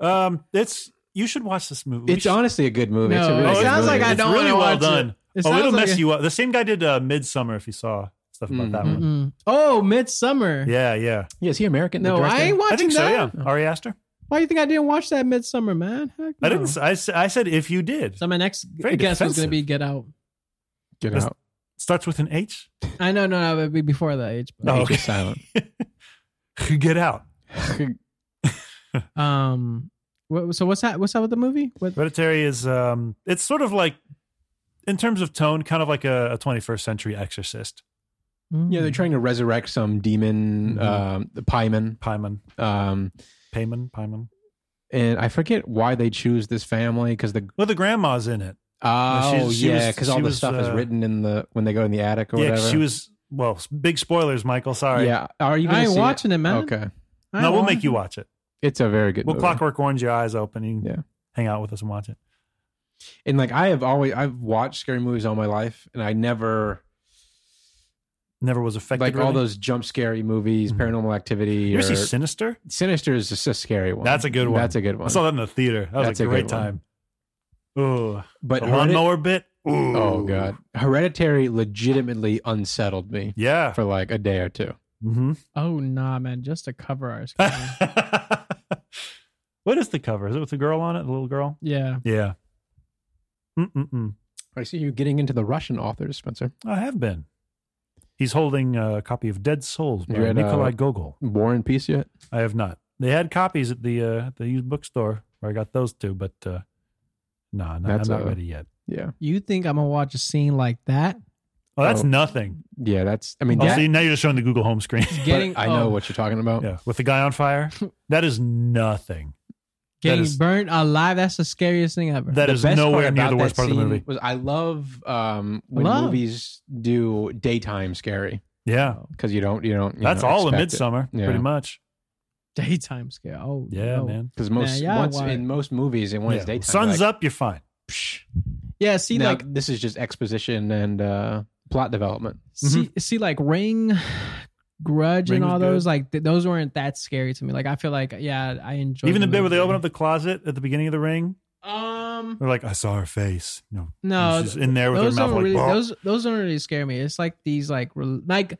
Um, it's, you should watch this movie. We
It's
should- Oh,
honestly a good movie. it's a
No,
really
it
good
sounds
movie.
like I
it's
don't
really
wanna
well
watch
done.
it. It
oh,
sounds
it'll
like
mess
a-
you up. The same guy did uh, Midsummer. If you saw stuff about
Mm-hmm.
that one,
Mm-mm. Oh, Midsummer.
yeah, yeah.
Yeah, is he American? the
No, I
director?
ain't watching
I think so.
that.
Yeah, Ari Aster.
Why do you think I didn't watch that Midsummer, man? Heck
I
no.
didn't. s- I, s- I said if you did,
So my next
Very
guess was
defensive.
going to be Get Out.
Get
That's-
out.
starts with an H.
I know, no, no, it would be before that age. But,
Oh,
Oh,
okay.
silent.
Get out.
Um, what, so what's that? What's that with the movie? What,
Hereditary is um, it's sort of like, in terms of tone, kind of like a, a 21st century Exorcist.
hmm.
yeah, they're trying to resurrect some demon,
Mhm.
um, the pieman.
Pyman,
Um,
Payman, Pyman.
and I forget why they choose this family because the
Well, the grandma's in it.
oh
she was- she
yeah
was-
because all
she
the
was,
stuff is
uh,
written in the when they go in the attic or
yeah, 'cause
whatever.
she was. Well, s- big spoilers, Michael. Sorry.
Yeah, are you? Gonna
I ain't
see
watching it,
It?
man.
Okay,
I
No,
ain't
we'll
watching
make you watch it.
it's a very good.
We'll
movie.
clockwork orange your eyes open. You can
Yeah.
hang out with us and watch it.
And like I have always, I've watched scary movies all my life, and I never
Never was affected.
like all
really.
those jump scary movies,
Mhm.
Paranormal Activity.
You
Or,
ever see Sinister?
Sinister is just a scary one.
That's a good one.
That's a good one.
I saw that in the theater. That was
That's
a
a
great
good one.
time. Ooh,
but
the
Heredi-
lawnmower bit. Ooh.
Oh god, Hereditary legitimately unsettled me
Yeah.
for like a day or two.
hmm
Oh nah, man, just to cover ours.
what is the cover? Is it with the girl on it? The little girl?
yeah,
Yeah. Mm-mm-mm.
I see you getting into the Russian authors, Spencer.
I have been. He's holding a copy of Dead Souls by
You read,
Nikolai
uh,
Gogol.
War and Peace yet?
I have not. They had copies at the uh, at the used bookstore where I got those two, but uh, nah, nah, I'm
That's,
not
uh,
ready yet.
Yeah,
you think I'm gonna watch a scene like that?
Oh, that's
oh.
nothing.
yeah. That's I mean,
Oh,
that,
so you- now you're just showing the Google home screen.
but
Getting
I know
oh,
what you're talking about.
yeah, with the guy on fire. That is nothing.
getting
is-
burnt alive. That's the scariest thing ever.
That
The
is
best part
nowhere near
about
the worst
that
part of the
scene
movie.
Was I love um, when
Love.
movies do daytime scary
Yeah.
because you don't you don't. You
That's all in
Midsummer
Midsummer,
Yeah.
pretty much.
Daytime scare. Oh
Yeah,
no.
man.
because most
Yeah, yeah,
once
why-
in most movies and when it's
Yeah.
daytime,
Sun's
like,
up, you're fine.
Psh,
Yeah, see
now
like
this is just exposition and uh, plot development.
see see like Ring, Grudge,
Ring
and
was
all
good.
those like th- those weren't that scary to me. Like I feel like yeah, I enjoyed
Even the bit where they
movie.
open up the closet at the beginning of the Oh, ring,
Um,
they're like, I saw her face. You know,
no,
she's just in there with her
those
mouth
don't
like,
really
"Bah."
those those don't really scare me. It's like these like rel- like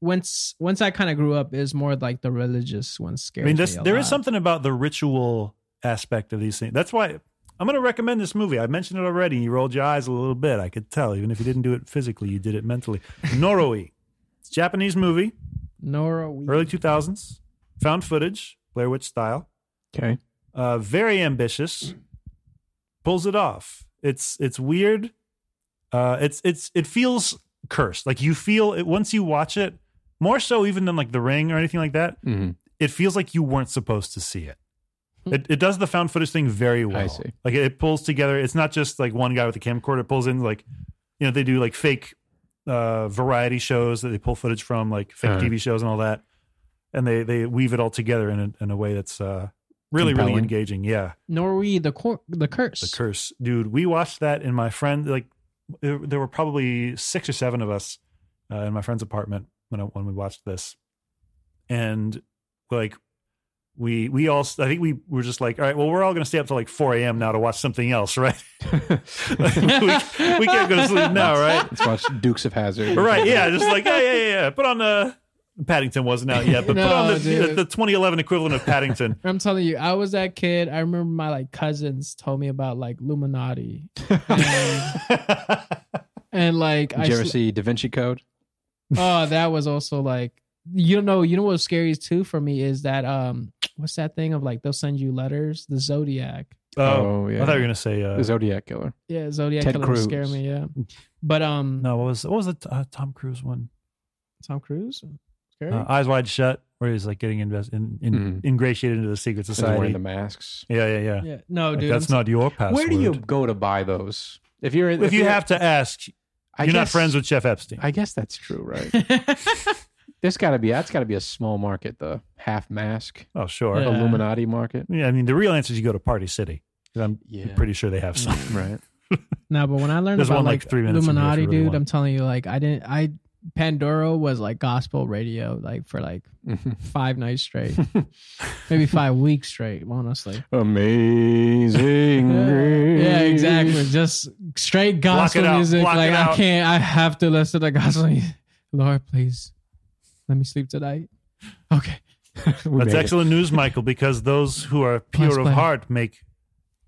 once once I kind of grew up, is more like the religious ones
I
scares
mean,
me
this,
a
there is
lot.
something about the ritual aspect of these things. That's why I'm going to recommend this movie. I mentioned it already. You rolled your eyes a little bit. I could tell. Even if you didn't do it physically, you did it mentally. Noroi. It's a Japanese movie,
Nora Wee-
early 2000s, found footage, Blair Witch style.
Okay,
uh, very ambitious, pulls it off. It's it's weird. Uh, it's it's it feels cursed. Like you feel it once you watch it, more so even than like The Ring or anything like that.
Mhm.
It feels like you weren't supposed to see it. It, it does the found footage thing very well.
see.
Like it, it pulls together. It's not just like one guy with a camcorder. It pulls in like, you know, they do like fake uh, variety shows that they pull footage from, like fake
Uh-huh.
TV shows and all that, and they they weave it all together in a, in a way that's uh, really really
Compelling.
engaging. Yeah,
Nora Wee, the cor- the curse.
the curse, dude. We watched that in my friend. Like there there were probably six or seven of us uh, in my friend's apartment when I, when we watched this, and like we we all I think we were just like, all right, well, we're all going to stay up till like four a.m. now to watch something else, right? Like, we, we can't go to sleep now, right?
let's watch Dukes of Hazard.
Right? Yeah, just like yeah, yeah, yeah. yeah. Put on uh, Paddington wasn't out yet, but put on
No,
the, the,
dude.
the 2011 equivalent of Paddington.
I'm telling you, I was that kid. I remember my like cousins told me about like Illuminati, and, and, like
Um,
Did
I
you ever
sl-
see Da Vinci Code?
oh, that was also like you know you know what's scary too for me is that um what's that thing of like they'll send you letters the Zodiac
Oh,
yeah.
I thought you were gonna say uh,
the Zodiac killer.
yeah Zodiac
Ted
killer would
Cruz.
scare me yeah but um
no. What was what was the t- uh, Tom Cruise one?
Tom Cruise scary
Uh, Eyes wide shut, where he's like getting invest in, in,
Mhm.
ingratiated into the secret
And they're
society.
wearing the masks.
yeah, yeah, yeah.
yeah no
Oh,
Like,
dude
that's not your password.
Where do you go to buy those? If you're in,
If you
you're-
have to ask,
I
you're not
guess-
friends with Chef Epstein.
I guess that's true, right?
not
There's got to be that's got to be a small market, the half mask
oh, sure.
Yeah.
Yeah.
Illuminati market.
I mean, the real answer is you go to Party City. 'Cause I'm
Yeah, Mm-hmm.
pretty sure they have some.
right.
No, but when I learned
There's
about
one,
like,
like, three minutes in here if you
Illuminati,
really
dude,
want.
I'm telling you, like I didn't, I Pandora was like gospel radio, like for like
Mhm.
five nights straight, maybe five weeks straight, honestly.
Amazing.
Yeah,
grace.
exactly. Just straight
Block it
gospel
out,
music.
block
like
it
I
out.
can't, I have to listen to gospel. music. Lord, please, let me sleep tonight. Okay.
We
That's
made it.
excellent news, Michael, because those who are pure
Plus
of
plan.
heart make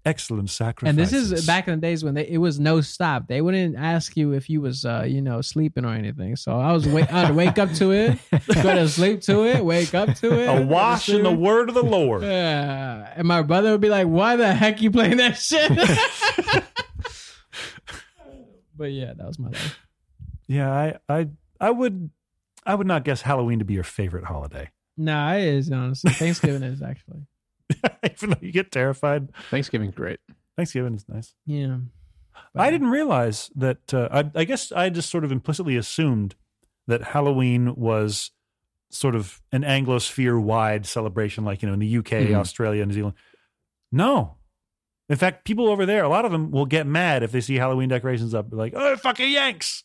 excellent sacrifices.
And this is back in the days when they, it was no stop. They wouldn't ask you if you was, uh, you know, sleeping or anything. So I was, wait, I'd wake up to it, go to sleep to it, wake up to it.
a wash in the word of the Lord.
Yeah. And my brother would be like, why the heck you playing that shit? but yeah, that was my life.
yeah, I, I, I would, I would not guess Halloween to be your favorite holiday,
Nah, it is honestly. Thanksgiving is actually.
even though you get terrified.
Thanksgiving's great.
Thanksgiving is nice.
Yeah.
I didn't realize that. Uh, I, I guess I just sort of implicitly assumed that Halloween was sort of an Anglosphere wide celebration, like, you know, in the UK,
Mhm.
Australia, New Zealand. No. In fact, people over there, a lot of them will get mad if they see Halloween decorations up, like, oh, fucking Yanks.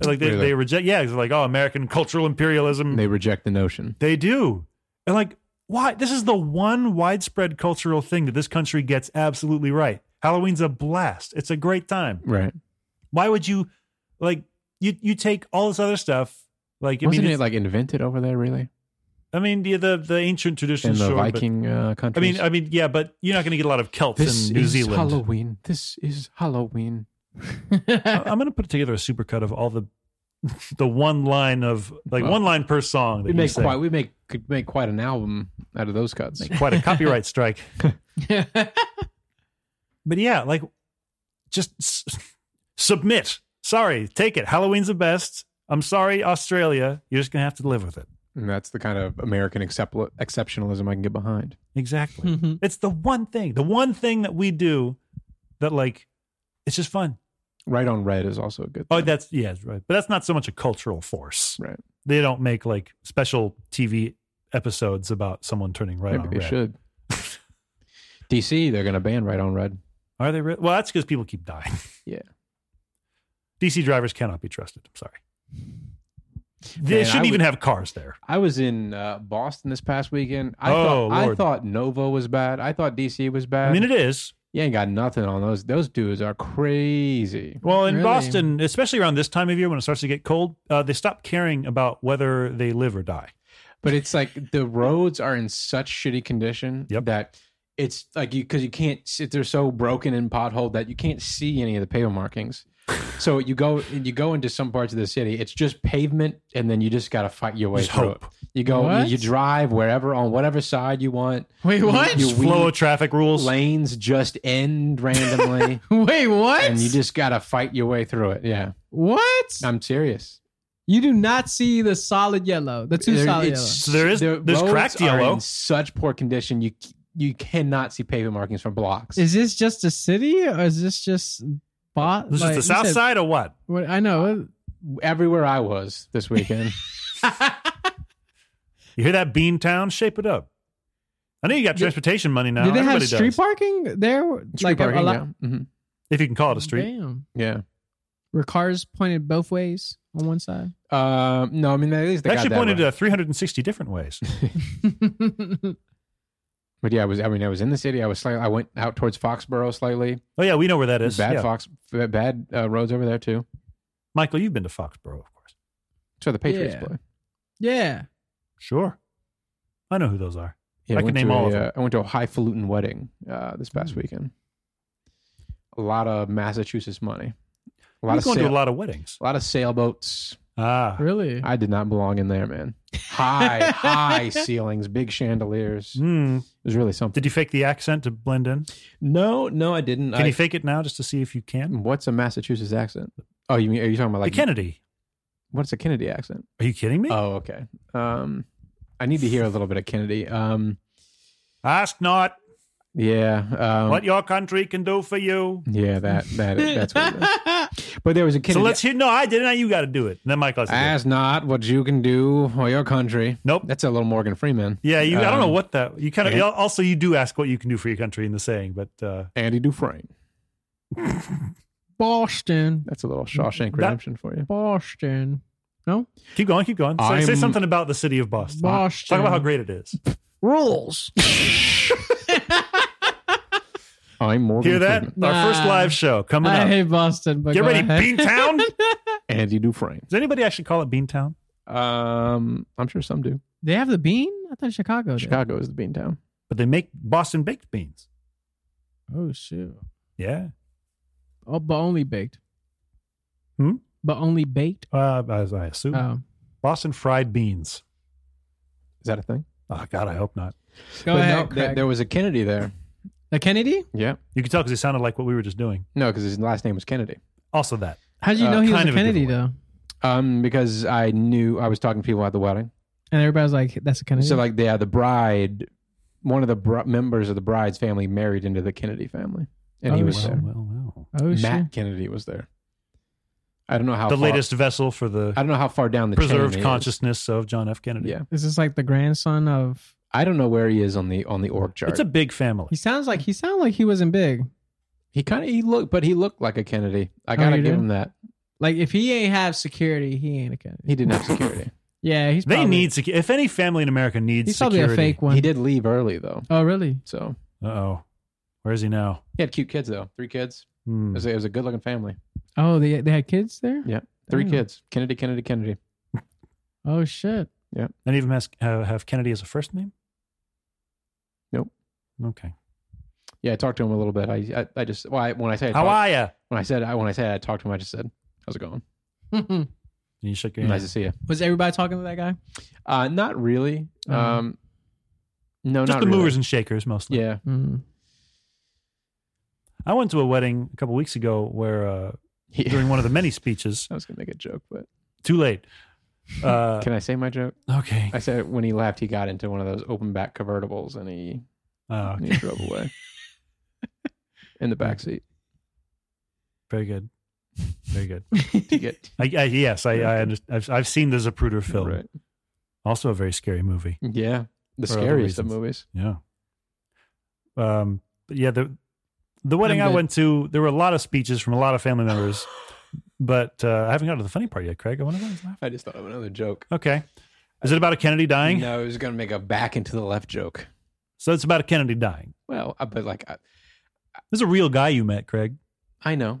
And, Like, they,
Really?
they reject, yeah, it's like, oh, American cultural imperialism.
They reject the notion.
They do. And like, why? This is the one widespread cultural thing that this country gets absolutely right. Halloween's a blast. It's a great time.
Right.
Why would you like you you take all this other stuff? Like I
Wasn't
mean,
it
it's-
like invented over there, really?
I mean the the, the ancient
In
traditions.
the
sure, but-
Viking uh,
I
countries?
mean, I mean, yeah, but you're not going to get a lot of Celts
this
in New
is
Zealand.
Halloween. This is Halloween.
I- I'm going to put together a supercut of all the the one line of like
Well,
one line per song. That
We
you
make
say.
quite. We make could make quite an album out of those cuts.
quite a copyright strike. but yeah, like just s- submit. Sorry, take it. Halloween's the best. I'm sorry, Australia. You're just gonna have to live with it.
And that's the kind of American accept- exceptionalism I can get behind. Hmm.
Exactly.
Mhm.
it's the one thing, the one thing that we do that like it's just fun.
Right on red is also a good.
Oh,
thing.
that's yeah, right. But that's not so much a cultural force.
Right.
They don't make like special TV episodes about someone turning right
maybe
on
they
red.
should. DC, they're going to ban right on red.
Are they? Re- well, that's because people keep dying.
Yeah.
DC drivers cannot be trusted. I'm sorry. They
Man, I
shouldn't even
would-
have cars there.
I was in uh, Boston this past weekend. I
Oh,
thought I
Lord.
thought Nova was bad. I thought DC was bad.
I mean, it is.
you ain't got nothing on those. Those dudes are crazy.
Well, in
Really?
Boston, especially around this time of year when it starts to get cold, uh, they stop caring about whether they live or die.
But it's like the roads are in such shitty condition
Yep.
that it's like you because you can't. see- They're so broken and potholed that you can't see any of the pavement markings. So you go you go into some parts of the city. It's just pavement, and then you just got to fight your way
Just
through
hope.
it. You go,
What?
you drive wherever on whatever side you want.
Wait, what?
You-
Just flow
weed-
of traffic rules.
Lanes just end randomly.
Wait, what?
and you just gotta fight your way through it. Yeah,
what?
I'm serious.
You do not see the solid yellow, the two
There-
solid
it's-
So
yellow.
there is-
the
there's
roads
cracked
are
yellow.
in such poor condition. You you cannot see pavement markings from blocks.
Is this just a city or is this just bot?
This is
like,
the
you
South
said-
Side or what?
What, I know.
Everywhere I was this weekend,
You hear that bean town? Shape it up. I know you got
Do-
transportation money now.
do they have
Everybody
street
does.
parking there?
Street parking, yeah. Mhm.
If you can call it a street.
Damn.
Yeah.
Were cars pointed both ways on one side?
Um, no, I mean at least
They
they got
actually
that
pointed
right.
to 360 different ways.
But yeah, I was. I mean, I was in the city. I was slightly. I went out towards Foxborough slightly.
oh yeah, we know where that is.
bad
Yeah.
Fox. Bad uh, roads over there too.
Michael, you've been to Foxborough, of course.
So the Patriots
Yeah.
play.
yeah.
Sure. I know who those are.
Yeah,
I can
went
name
to
all
a,
of them. Hmm.
uh, I went to a highfalutin wedding uh, this past weekend. A lot of Massachusetts money. A lot
We've
of
gone to
sail-
a lot of weddings.
a lot of sailboats.
Ah,
Really?
I did not belong in there, man. High, high ceilings, big chandeliers. It
mm.
was really something.
did you fake the accent to blend in?
No, no, I didn't.
Can
I,
you fake it now just to see if you can?
what's a Massachusetts accent? Oh, you mean are you talking about
The
like
Kennedy.
what's a Kennedy accent?
Are you kidding me?
Oh, okay. Um, I need to hear a little bit of Kennedy. Um,
Ask not
yeah. Um,
what your country can do for you.
Yeah, that that that's what. It is. But there was a Kennedy.
So let's hear. No, I did it. Now you got to do it. And then Michael has to do it.
Ask not what you can do for your country.
Nope.
That's a little Morgan Freeman.
Yeah, you. I don't know
Um,
what that. You kind of
yeah.
also you do ask what you can do for your country in the saying, but uh,
Andy Dufresne.
Boston.
That's a little Shawshank Redemption for you.
Boston. No?
keep going, keep going. Say, say
I'm-
something about the city of Boston.
Boston.
Talk about how great it is.
Rules.
I'm Morgan.
Hear that?
Freeman.
Our first
Nah.
live show coming
I
up.
hate Boston, but
Get
go
ready,
ahead.
Beantown.
Andy Dufresne.
Does anybody actually call it Beantown?
Um, I'm sure some do.
They have the bean? I thought Chicago did.
Chicago is the bean town.
But they make Boston baked beans.
Oh shoot.
Yeah,
Oh, but only baked.
Hmm?
But only baked.
uh, as I
Hmm.
assume
Oh.
Boston fried beans.
Is that a thing?
Oh God, I hope not.
Go
But
ahead.
no, there,
Craig.
there was a Kennedy there.
the Kennedy?
Yeah.
You can tell because it sounded like what we were just doing.
No, because his last name was Kennedy.
Also, that
How did you
Uh,
know he was
kind
a
of a good
Kennedy
one.
though?
Um, because I knew I was talking to people at the wedding.
And everybody's like, that's a Kennedy.
So like, Oh, yeah, the bride, one of the br- members of the bride's family married into the Kennedy family, and he
Oh,
was
wow.
well,
there.
well, well.
oh shit.
Matt Kennedy was there. I don't know how
The
far-
latest vessel for the
I don't know how far down the chain
preserved
he is.
consciousness of John F. Kennedy.
Yeah,
Is this like the grandson of
I don't know where he is on the on the org chart.
It's a big family.
he sounds like he sounded like he wasn't big.
he kind of he looked, but he looked like a Kennedy. I
Oh,
gotta
you
give
did?
him that.
Like if he ain't have security, he ain't a Kennedy.
He didn't have security.
Yeah, he's
They
probably,
need secu- if any family in America needs
he's probably
security.
a fake one.
he did leave early though,
Oh really?
so
Uh oh, where is he now?
he had cute kids though. Three kids. It
Hmm.
was a, it was a good looking family.
Oh, they they had kids there?
Yeah. Three
Mm.
Damn.
kids. Kennedy, Kennedy, Kennedy.
Oh shit.
Any of them has, have, have Kennedy as a first name?
Nope.
Okay.
Yeah, I talked to him a little bit. I I, I just well, I, when I say I
How
talked-
are you? And
when I said I, when I said I talked to him, I just said, "How's it going?
you shook your hand.
Nice to see you."
Was everybody talking to that guy?
Uh, not really.
Uh-huh.
Um, no,
Mm. Just
not
the
really.
movers and shakers mostly.
Yeah,
Mm.
Mm-hmm.
I went to a wedding a couple weeks ago where uh,
yeah.
during one of the many speeches,
I was gonna make a joke, but
too late. Uh,
can I say my joke?
okay.
I said when he left, he got into one of those open back convertibles and he,
Uh,
and he drove away in the back seat
very good. Very good.
to get
I, I, yes, I, I under, I've, I've seen the Zapruder film.
Right.
Also a very scary movie.
Yeah, the
For other
scariest of
reasons.
movies.
Yeah. Um. But yeah the the wedding
I'm
I
good.
went to, there were a lot of speeches from a lot of family members, but uh, I haven't got to the funny part yet, Craig. I wonder why he's laughing.
I just thought of another joke.
Okay. Is it about a Kennedy dying?
No, I was gonna make a back into the left joke.
So it's about a Kennedy dying.
Well, I- but like I,
This is a real guy you met, Craig.
I know,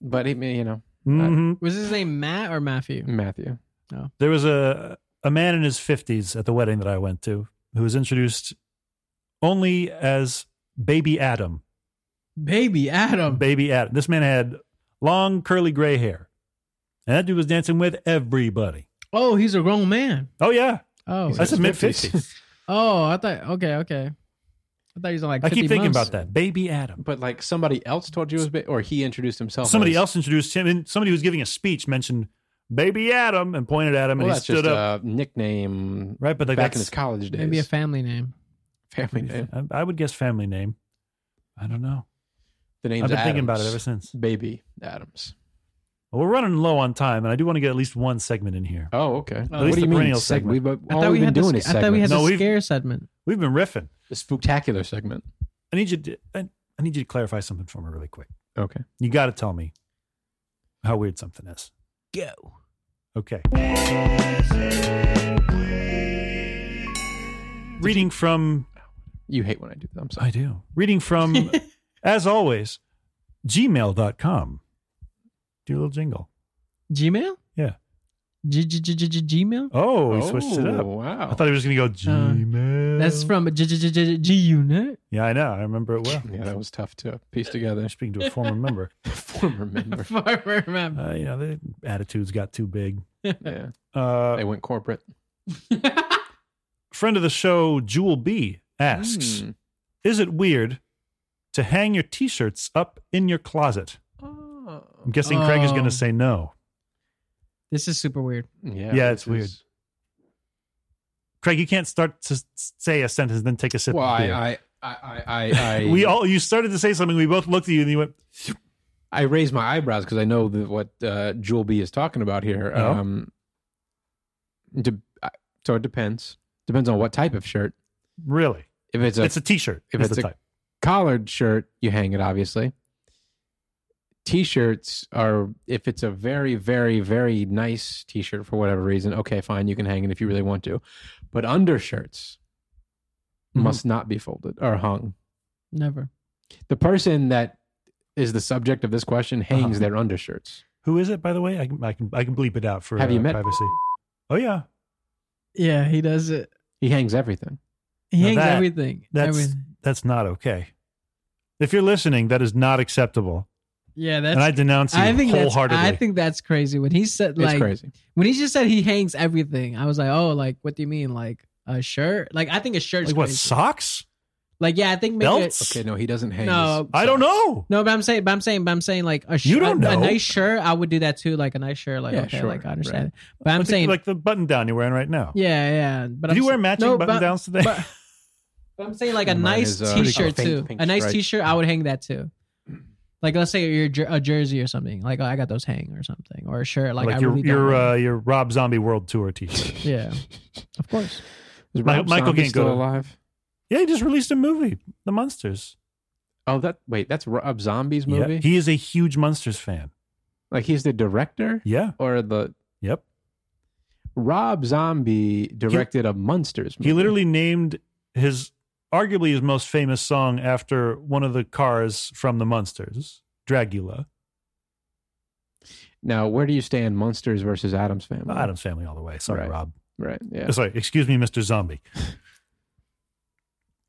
but it, you know
hmm
Was his name Matt or Matthew?
Matthew.
There was a a man in his fifties at the wedding that I went to who was introduced only as baby Adam.
Baby Adam.
Baby Adam. This man had long curly gray hair, and that dude was dancing with everybody.
oh, he's a grown man.
Oh yeah,
Oh,
He's
that's
in
his
his
mid
50s.
fifties.
oh, I thought okay, okay. I thought he was like.
I
50
keep thinking
months.
about that. Baby Adam.
But like somebody else told you it was, ba- or he introduced himself.
Somebody
as-
else introduced him, and somebody who was giving a speech mentioned Baby Adam and pointed at him,
Well,
and he
that's
stood
just
up.
a nickname
right, but like
back in
that's
his college days.
Maybe a family name.
family name.
I, I would guess family name. I don't know.
The name's
I've been thinking about it
Adams.
ever since.
Baby Adams.
Well, we're running low on time, and I do want to get at least one segment in here.
Oh, okay.
At least
the perennial segment.
We've, all
I thought we
we've been
had
doing
the,
is
sc- I thought we had
segments.
No,
the
we've-
scare segment.
We've been riffing.
the spectacular segment.
I need you. To, I, I need you to clarify something for me really quick.
Okay.
You got to tell me how weird something is.
Go.
Okay. Reading from
You hate when I do that. I'm sorry.
I do. Reading from as always gmail.com. Do a little jingle.
Gmail.
Yeah.
G G G G G- Gmail.
Oh, Uh, we switched it up.
Wow.
I thought he was going to go Gmail.
That's from G G G G G Unit.
Yeah, I know. I remember it well.
yeah, that was tough to piece together.
I'm speaking to a former member.
Former member.
Former member.
Uh, you know, the attitudes got too big.
yeah,
Uh,
they went corporate.
friend of the show, Jewel B, asks
Mm.
Is it weird to hang your t shirts up in your closet?
Oh.
I'm guessing Craig is going
Oh.
to say no.
This is super weird.
Yeah,
Yeah, it's
this is-
Craig, you can't start to s- say a sentence then take a sip.
Well,
of beer.
I, I, I, I, I
we all you started to say something. We both looked at you and you went,
I raise my eyebrows because I know that what uh, Jewel B is talking about here.
Oh.
Um, de- I- so it depends. Depends on what type of shirt.
"Really?
If it's a
it's a t-shirt.
if
is
it's
the
a-
type.
collared shirt, you hang it, obviously. T-shirts are if it's a very, very, very nice T-shirt for whatever reason. Okay, fine, you can hang it if you really want to, but undershirts
Mm-hmm.
Mhm.
must not be folded or hung.
Never.
The person that is the subject of this question hangs
Uh-huh.
their undershirts.
Who is it, by the way? I can I can I can bleep it out for
Have you
uh,
met-
privacy. Oh yeah,
Yeah, he does it.
He hangs everything.
He
Now
hangs
that-
everything.
that's
everything.
that's not okay. If you're listening, that is not acceptable,
Yeah, that's.
and I denounce you
I think that's.
wholeheartedly.
I think that's crazy. When he said
It's
like
crazy.
when he just said he hangs everything, I was like, oh, like what do you mean, like a shirt? Like I think a shirt. Is
like what
crazy.
socks,
Like yeah, I think maybe.
belts?
Okay, no, he doesn't hang.
No.
I don't know.
No, but I'm saying, but I'm saying, but I'm saying, like a shirt,
You don't
a,
know.
nice shirt. I would do that too, like a nice shirt, like
Yeah,
okay,
sure,
like I understand.
right.
It. But I'm
I think
saying,
like the button down you're wearing right now.
yeah, yeah. But
Did
I'm
you
sa-
wear matching
no,
button
but-
downs today?
But, but I'm saying, like a
Mine
nice
is, uh,
T-shirt
a faint
too.
pink
A nice
stripe.
T-shirt, I would hang that too. Like let's say you're jer- a jersey or something. Like oh, I got those hang or something, or a shirt. Like,
Like,
I
your
really
your
don't
uh, your Rob Zombie World Tour T-shirt.
uh, yeah, of course.
Is
Mi-
Rob
Michael
Zombie
can't go to-
still alive.
yeah, he just released a movie, The Monsters
Oh, that wait, that's Rob Zombie's
Yeah.
movie.
He is a huge Monsters fan.
like he's the director
Yeah.
or the
Yep.
Rob Zombie directed a Munsters movie.
He literally named his arguably his most famous song after one of the cars from the Munsters, Dragula.
Now, where do you stand Munsters versus Adams
Mm-hmm.
Family?
Adam's family all the way. Sorry,
Right.
Rob.
Right. Yeah.
Sorry, excuse me, Mr. Zombie.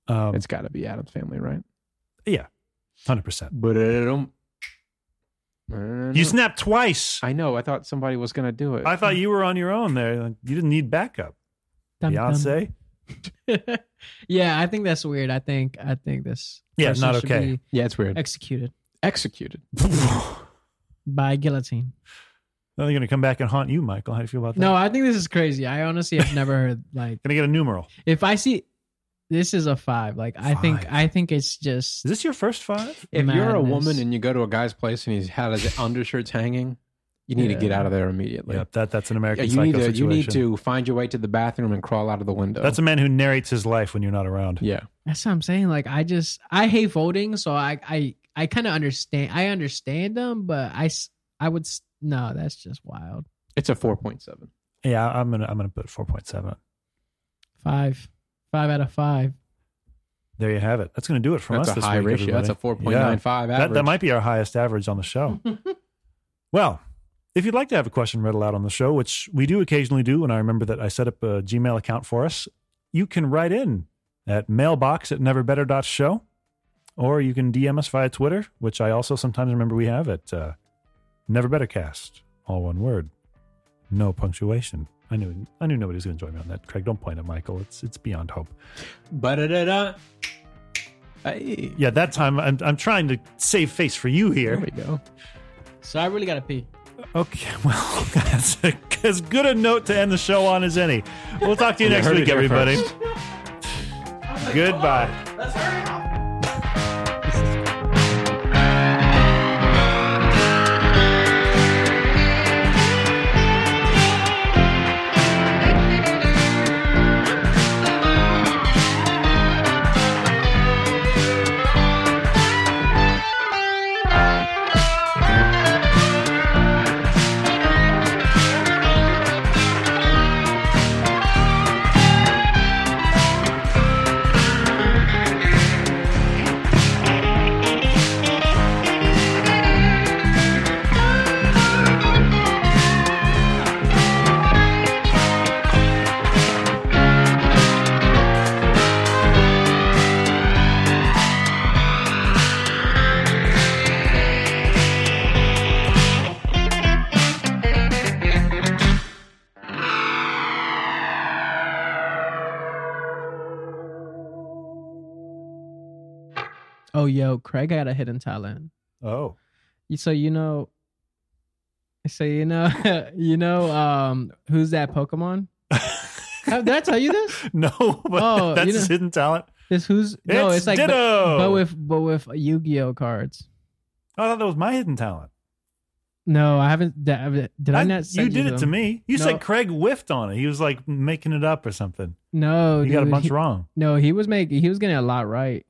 Um,
It's got to be Adams Family, right?
hundred percent.
But I don't.
You snapped twice.
I know. I thought somebody was going to do it.
I thought you were on your own there. Like, You didn't need backup.
Dum, dum.
Beyonce.
yeah, I think that's weird. I think I think this.
Yeah,
person
not
should
okay.
be
Yeah, it's weird.
Executed
Executed.
now
by guillotine.
they're gonna come back and haunt you, Michael. How do you feel about that?
No, I think this is crazy. I honestly have never heard like
Gonna get a numeral.
if I see this is a five. Like I think
Five.
I think it's just
Is this your first five?
If you're a
Madness.
woman and you go to a guy's place and he's had his undershirts hanging, you need
Yeah.
to get out of there immediately.
Yep, that that's an
Yeah,
American
you
Psycho
need to.
situation.
You need to find your way to the bathroom and crawl out of the window.
That's a man who narrates his life when you're not around.
yeah.
that's what I'm saying. Like I just I hate voting, so I I I kind of understand. I understand them, but I s- I would s- no. That's just wild.
It's a four point seven.
Yeah, I'm gonna I'm gonna put four point seven.
Five five out of five.
There you have it. That's going to do it for
That's
us.
a
this
high
week,
ratio. That's a
everybody.
four point nine five
Yeah.
average.
That, that might be our highest average on the show. well, if you'd like to have a question read aloud on the show, which we do occasionally do, and I remember that I set up a Gmail account for us, you can write in at mailbox at neverbetter.show, or you can DM us via Twitter, which I also sometimes remember we have at uh, neverbettercast, all one word, no punctuation. I knew I knew nobody was going to join me on that. Craig, don't point at Michael. It's it's beyond hope.
Ba-da-da-da. Hey.
Yeah, that time I'm, I'm trying to save face for you
There
here.
we go.
So I really gotta pee.
Okay, well, that's a, as good a note to end the show on as any. We'll talk to you
You
next
heard it
week,
here
everybody.
first.
Goodbye.
Oh, yo, Craig had a hidden talent.
Oh,
You- So you know, so you know, you know, um, who's that Pokemon? Oh, Did I tell you this?
no, but
Oh,
that's
you know-
his hidden talent.
This who's no? It's, like, but,
Ditto. Oh,
but with but with Yu-Gi-Oh cards.
I thought that was my hidden talent.
No, I haven't. Did I, did I not?
you
send
did it to
them?
me. You
No.
said Craig whiffed on it. He was like making it up or something.
No,
you got a
Oh, dude,
bunch
he-
wrong.
No, he was making. He was getting a lot right.